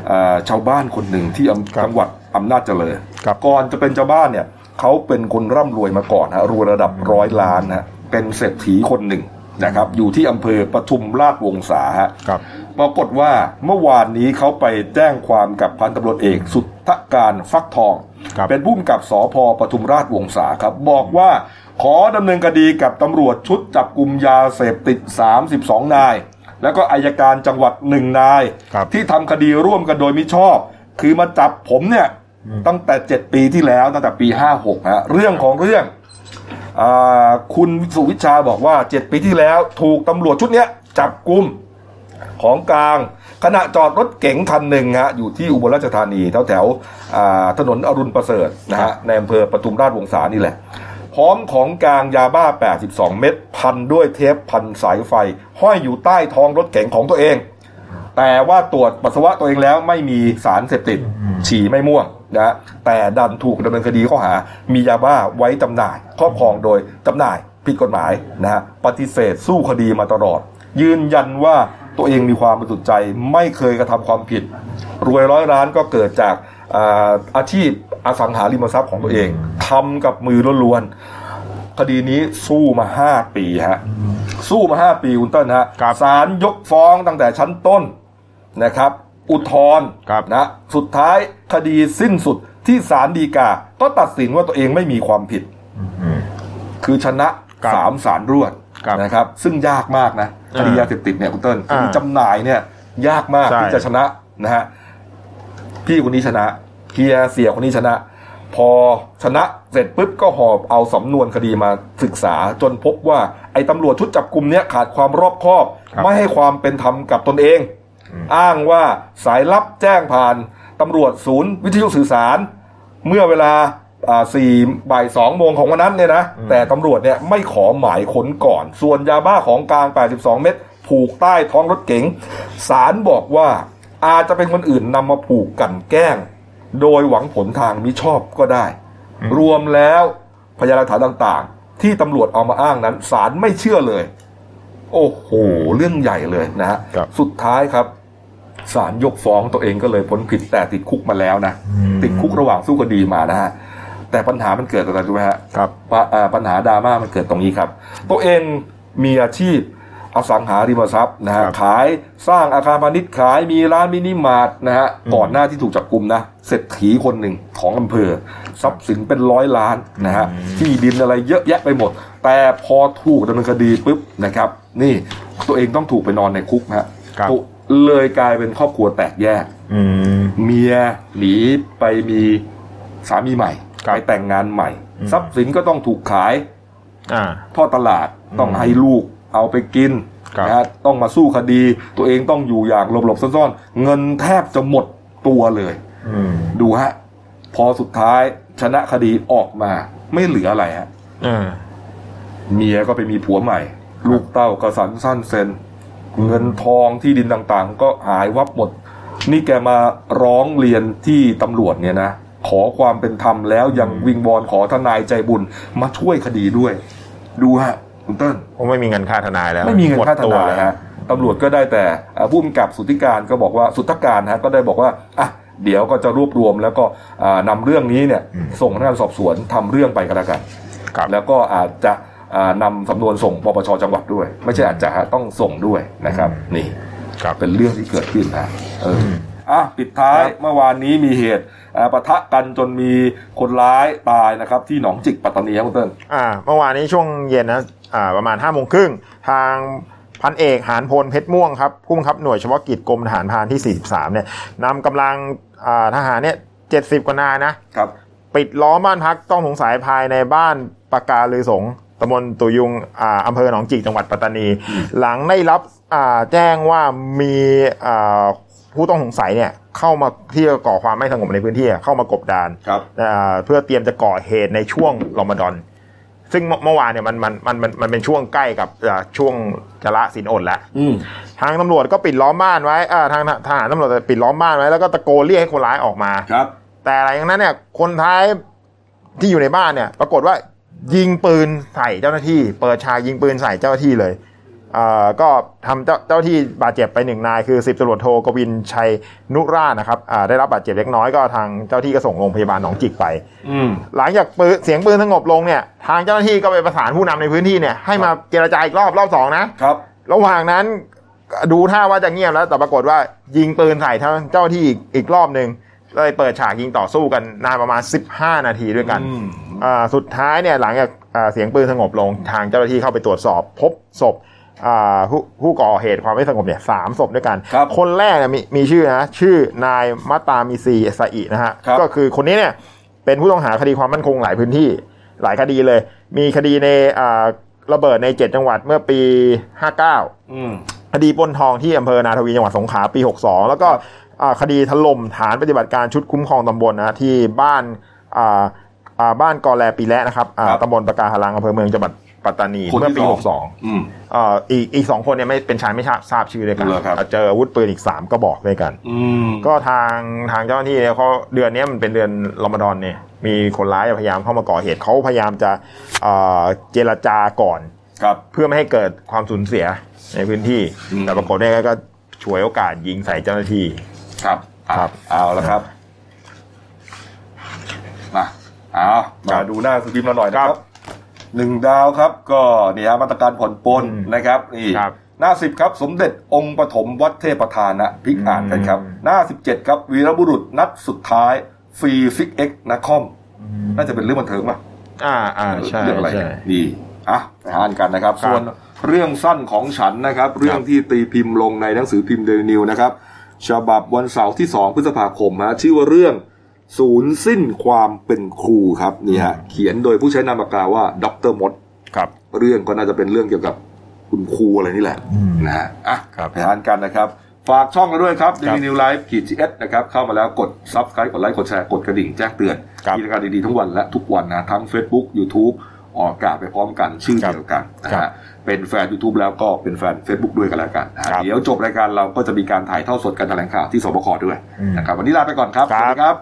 Speaker 1: เอ่อชาวบ้านคนหนึ่งที่อำ
Speaker 2: ครับ
Speaker 1: จังหวัดอำนาจเจริญ
Speaker 2: ครับ
Speaker 1: ก่อนจะเป็นชาวบ้านเนี่ยเขาเป็นคนร่ำรวยมาก่อนฮะรวยระดับร้อยล้านฮะเป็นเศรษฐีคนหนึ่งนะครับอยู่ที่อำเภอปทุมราชวงศาฮะ
Speaker 2: ครับ
Speaker 1: ปรากฏว่าเมื่อวานนี้เขาไปแจ้งความกับพันตำรวจเอกสุทธการฟักทอง
Speaker 2: ครับ
Speaker 1: เป็นผู้กำกับสอพปทุมราชวงศาครับ บอกว่าขอดำเนินคดีกับตำรวจชุดจับกลุ่มยาเสพติด 32 นาย แล้วก็อายการจังหวัดหนึ่งนาย
Speaker 2: ครับ
Speaker 1: ที่ทำคดีร่วมกันโดยมิชอบ คือมาจับผมเนี่ย
Speaker 2: อืม
Speaker 1: ตั้งแต่ 7 ปีที่แล้วตั้งแต่ปี 56ฮะเรื่องของเรื่องอาคุณสุวิชาบอกว่า 7 ปีที่แล้วถูกตำรวจชุดเนี้ยจับกลุ่มของกลาง ขณะจอดรถเก๋งคันหนึ่งฮะอยู่ที่อุบลราชธานีแถวแถวๆอ่าถนนอรุณประเสริฐนะฮะในอำเภอปทุมราชวงศานี่แหละ พร้อมของกลางยาบ้า 82 เม็ดพันด้วยเทปพันสายไฟ ห้อยอยู่ใต้ท้องรถเก๋งของตัวเอง แต่ว่าตรวจปัสสาวะตัวเองแล้วไม่มีสารเสพติด ฉี่ไม่ม่วงนะแต่ดันถูกดำเนินคดีข้อหา มียาบ้าไว้จำหน่าย ครอบครองโดยจำหน่ายผิดกฎหมายนะฮะปฏิเสธสู้คดีมาตลอด ยืนยันว่าตัวเองมีความบริสุทธิ์ใจไม่เคยกระทำความผิด รวยร้อยล้านก็เกิดจากอาอาชีพอสังหาริมทรัพย์ของตัวเองทำกับมือล้วนๆคดีนี้สู้มา 5 ปีฮะสู้มา 5 ปีคุณเต้นฮะ
Speaker 2: ครับ
Speaker 1: ศาลยกฟ้องตั้งแต่ชั้นต้น นะครับอุทธรณ์
Speaker 2: ครับ
Speaker 1: นะสุดท้ายคดีสิ้นสุดที่ศาลฎีกา ก็ตัดสินว่าตัวเองไม่มีความผิด
Speaker 2: อืม
Speaker 1: คือชนะครับ สามศาลรวด
Speaker 2: ครับ
Speaker 1: นะครับ ซึ่งยากมากนะค
Speaker 2: อ่า
Speaker 1: ดียาเสพติดเนี่ยคุณเติ้ล
Speaker 2: อ่า
Speaker 1: คดีจำหน่ายเนี่ยยากมาก
Speaker 2: ใช่
Speaker 1: ที่จะชนะนะฮะพี่คนนี้ชนะเฮียเสียคนนี้ชนะ พอชนะเสร็จปุ๊บก็หอบเอาสำนวนคดีมาศึกษา จนพบว่าไอ้ตำรวจชุดจับกลุ่มเนี่ยขาดความรอบคอบ ไม่ให้ความเป็นธรรมกับตนเอง อ้างว่าสายลับแจ้งผ่านตำรวจศูนย์วิทยุสื่อสาร เมื่อเวลาสี่บ่ายสองโมงของวันนั้นเนี่ยนะ
Speaker 2: อืม
Speaker 1: แต่ตำรวจเนี่ยไม่ขอหมายค้นก่อน ส่วนยาบ้าของกลาง 82 เม็ดผูกใต้ท้องรถเก๋งสารบอกว่าอาจจะเป็นคนอื่นนำมาผูกกลันแกล้ง โดยหวังผลทางมิชอบก็ได้ รวมแล้วพยานหลักฐานต่างๆ ที่ตำรวจเอามาอ้างนั้นสารไม่เชื่อเลย โอ้โห เรื่องใหญ่เลยนะฮะ
Speaker 2: ครับ
Speaker 1: สุดท้ายครับ ศาลยกฟ้องตัวเองก็เลยพ้นผิดแต่ติดคุกมาแล้วนะ ติดคุกระหว่างสู้คดีมานะฮะ แต่ปัญหามันเกิดอะไรรู้ไหมฮะ
Speaker 2: ครับ
Speaker 1: ปะอ่าปัญหาดราม่ามันเกิดตรงนี้ครับ ตัวเองมีอาชีพอสังหาริมทรัพย์นะฮะ
Speaker 2: ครับ
Speaker 1: ขายสร้างอาคารพาณิชย์ขายมีร้านมินิมาร์ทนะฮะ
Speaker 2: อืม
Speaker 1: ก่อนหน้าที่ถูกจับกลุมนะเศรษฐีคนหนึ่งของอำเภอ ทรัพย์สินเป็นร้อยล้านนะฮะที่ดินอะไรเยอะแยะไปหมด แต่พอถูกดำเนินคดีปุ๊บนะครับ นี่ตัวเองต้องถูกไปนอนในคุกนะฮะ
Speaker 2: ครับ
Speaker 1: เลยกลายเป็นครอบครัวแตกแยก
Speaker 2: อืม
Speaker 1: เมียหนีไปมีสามีใหม่
Speaker 2: ครับ
Speaker 1: ไปแต่งงานใหม่
Speaker 2: อืม
Speaker 1: ทรัพย์สินก็ต้องถูกขาย
Speaker 2: อ่า
Speaker 1: ทอดตลาดต้อง
Speaker 2: อืม
Speaker 1: ให้ลูกเอาไปกิน
Speaker 2: ครับ
Speaker 1: นะฮะต้องมาสู้คดี ตัวเองต้องอยู่อย่างหลบๆซ่อนๆ เงินแทบจะหมดตัวเลย
Speaker 2: อืม
Speaker 1: ดูฮะ พอสุดท้ายชนะคดีออกมาไม่เหลืออะไรฮะ
Speaker 2: อ่า
Speaker 1: เมียก็ไปมีผัวใหม่ ลูกเต้าก็สันสั้นเซนเงินทองที่ดินต่างๆ ก็หายวับหมด นี่แกมาร้องเรียนที่ตำรวจเนี่ยนะ ขอความเป็นธรรมแล้วยังวิงวอนขอทนายใจบุญมาช่วยคดีด้วย ดูฮะ คุณเติ้ล
Speaker 2: ผมไม่มีเงินค่าทนายแล้ว
Speaker 1: ไม่มีเงิน
Speaker 2: หด
Speaker 1: ค่า
Speaker 2: ตัวน
Speaker 1: ทาย
Speaker 2: แล้ว
Speaker 1: ฮะตำรวจก็ได้แต่ผู้กำกับสุทธิการก็บอกว่าสุทธการฮะก็ได้บอกว่าอ่ะ เดี๋ยวก็จะรวบรวมแล้วก็อ่านำาเรื่องนี้เนี่ยส่งพนักงานสอบสวนทำเรื่องไปก็แล้วกัน
Speaker 2: ครับ
Speaker 1: แล้วก็อาจจะอ่านำสำนวนส่งปปชจังหวัดด้วย ไม่ใช่อาจจะฮะต้องส่งด้วยนะครับนี่
Speaker 2: ครับ
Speaker 1: เป็นเรื่องที่เกิดขึ้นนะเอออ่ะปิดท้ายเมื่อวานนี้มีเหตุอ่าปะทะกันจนมีคนร้ายตายนะครับ ที่หนองจิกปัตตานีครับคุณเติ้ล
Speaker 2: อ่าเมื่อวานนี้ช่วงเย็นนะอ่าประมาณ5้าโมงครึ่งทางพันเอกหานพลเพชรม่วงครับผู้บังคับหน่วยเฉพาะกิจกรมทหารพรานที่ 43เนี่ยนำกำลังอ่าทหารเนี่ย70 กว่านายนะครับ ปิดล้อมบ้านพักต้องสงสัยภายในบ้านปากาลือสงตำบลตุยุงอ่าอำเภอหนองจิกจังหวัดปัตตานี หลังได้รับอ่าแจ้งว่ามีอ่าผู้ต้องสงสัยเนี่ยเข้ามาที่จะก่อความไม่สงบในพื้นที่อะเข้ามากบดาน
Speaker 1: ครับ
Speaker 2: อ่าเพื่อเตรียมจะก่อเหตุในช่วงรอมฎอน ซึ่งเมื่อเมื่อวานเนี่ยมันมันมันมันมันเป็นช่วงใกล้กับอ่าช่วงจะละสินอดแล้ว
Speaker 1: อืม
Speaker 2: ทางตำรวจก็ปิดล้อมบ้านไว้อ่าทางทหารตำรวจปิดล้อมบ้านไว้แล้วก็ตะโกนเรียกให้คนร้ายออกมา
Speaker 1: ครับ
Speaker 2: แต่หลังจากนั้นเนี่ยคนท้ายที่อยู่ในบ้านเนี่ย ปรากฏว่ายิงปืนใส่เจ้าหน้าที่ เปิดฉากยิงปืนใส่เจ้าหน้าที่เลยเอ่อก็ทำเจ้าเจ้าหน้าที่บาดเจ็บไปหนึ่งนายคือสิบตำรวจโทกวินชัยนุราชนะครับอ่าได้รับบาดเจ็บเล็กน้อยก็ทางเจ้าหน้าที่ก็ส่งโรงพยาบาลหนองจิกไป
Speaker 1: อืม
Speaker 2: หลังจากปืนเสียงปืนสงบลงเนี่ย ทางเจ้าหน้าที่ก็ไปประสานผู้นำในพื้นที่เนี่ยให้มาเจรจาอีกรอบรอบสองนะ
Speaker 1: ครับ
Speaker 2: ระหว่างนั้นดูท่าว่าจะเงียบแล้ว แต่ปรากฏว่ายิงปืนใส่ทั้งเจ้าหน้าที่อีกอีกรอบหนึ่งเลยเปิดฉากยิงต่อสู้กันนานประมาณ 15 นาทีด้วยกัน
Speaker 1: อืม
Speaker 2: อ่าสุดท้ายเนี่ยหลังจากอ่าเสียงปืนสงบลงทางเจ้าหน้าที่เข้าไปตรวจสอบ พบศพอ่าผู้ผู้ก่อเหตุความไม่สงบเนี่ยสามศพด้วยกัน
Speaker 1: ครับ
Speaker 2: นแรกเนี่ยมีมีชื่อนะชื่อนายมาตามิซีสะอินะฮะ
Speaker 1: ครับ
Speaker 2: ก็คือคนนี้เนี่ยเป็นผู้ต้องหาคดีความมั่นคงหลายพื้นที่หลายคดีเลย มีคดีในอ่าระเบิดในเจ็ดจังหวัดเมื่อปี 59
Speaker 1: อืม
Speaker 2: คดีปล้นทองที่อำเภอนาทวีจังหวัดสงขลาปี 62 แล้วก็อ่าคดีถล่มฐานปฏิบัติการชุดคุ้มครองตำบลนะที่บ้านอ่าอ่าบ้านกอแลปีแลนะครับอ่า
Speaker 1: ครับ
Speaker 2: ตำบลปากาหลังอำเภอเมืองจังหวัดปัตตานี
Speaker 1: คนที่
Speaker 2: เมื่อปี
Speaker 1: สอง
Speaker 2: 62
Speaker 1: อืม
Speaker 2: อ่าอีกอีกสองคนเนี่ยไม่เป็นชายไม่ทราบทราบชื่อเลยกัน
Speaker 1: เหรอครับ
Speaker 2: เจออาวุธปืนอีก 3 ก็บอกด้วยกัน
Speaker 1: อืม
Speaker 2: ก็ทางทางเจ้าหน้าที่เนี่ยเขาเดือนเนี้ยมันเป็นเดือนรอมฎอนเนี่ยมีคนร้ายพยายามเข้ามาก่อเหตุเขาพยายามจะอ่าเจรจาก่อน
Speaker 1: ครับ
Speaker 2: เพื่อไม่ให้เกิดความสูญเสียในพื้นที่
Speaker 1: อืม
Speaker 2: แต่ปรากฏเนี่ยก็ฉวยโอกาสยิงใส่เจ้าหน้าที่
Speaker 1: ครับอ่ะ
Speaker 2: ครับ
Speaker 1: เอาละครับ มาเอา
Speaker 2: ครั
Speaker 1: มา
Speaker 2: บ
Speaker 1: ดูหน้าสุพิมพ์เราหน่อยนะค
Speaker 2: ครั
Speaker 1: รับบ หนึ่งดาวครับ ก็นี่ฮะมาตรการผ่อนปลน
Speaker 2: อืม
Speaker 1: นะครับนี่
Speaker 2: ครับ
Speaker 1: หน้าสิบครับ สมเด็จองค์ปฐมวัดเทพทานะพิกอ่านกันครับ
Speaker 2: อืม
Speaker 1: หน้าสิบเจ็ดครับวีรบุรุษนัดสุดท้ายฟรีฟิกเอ็กนะคอม น่าจะเป็นเรื่องบันเทิงป่ะ
Speaker 2: อ่าอ่าใช่
Speaker 1: เรื่องอะไร
Speaker 2: ใช่
Speaker 1: เนี่ยดีอ่ะไปอ่านกันนะครับ
Speaker 2: ครับ
Speaker 1: ส่วนเรื่องสั้นของฉันนะครับ เรื่องที่ตีพิมพ์ลงในหนังสือพิมพ์เดลินิวนะครับ ฉบับวันเสาร์ที่ 2 พฤษภาคมฮะชื่อว่าเรื่องศูนย์สิ้นความเป็นครูครับนี่ฮะเขียนโดยผู้ใช้นามปากกาว่าดรมด
Speaker 2: ครับ
Speaker 1: เรื่องก็น่าจะเป็นเรื่องเกี่ยวกับคุณครูอะไรนี่แหละ นะฮะอ่ะ
Speaker 2: ครับ
Speaker 1: ไปทานกันนะครับ ฝากช่องกันด้วยครับ d ด i ินิวไลฟ์ขีดจีเอสนะครับ เข้ามาแล้วกดซับสไครต์กดไลค์ กดแชร์ กดกระดิ่งแจ้งเตือน
Speaker 2: ครับ
Speaker 1: มีรายการดีๆทั้งวันและทุกวันนะ ทั้ง Facebook YouTube ออกอากาศไปพร้อมกันชื่อ
Speaker 2: ครับ
Speaker 1: เดียวกันนะครับ ฮะเป็นแฟน YouTube แล้วก็เป็นแฟน Facebook ด้วยกันแล้วกันนะฮะ
Speaker 2: ครับ
Speaker 1: เดี๋ยวจบรายการเราก็จะมีการถ่ายทอดสดการแถลงข่าวที่สบคด้วย
Speaker 2: อืม
Speaker 1: นะครับวันนี้ลาไปก่อนครับส
Speaker 2: ครับ
Speaker 1: วัสดีครับ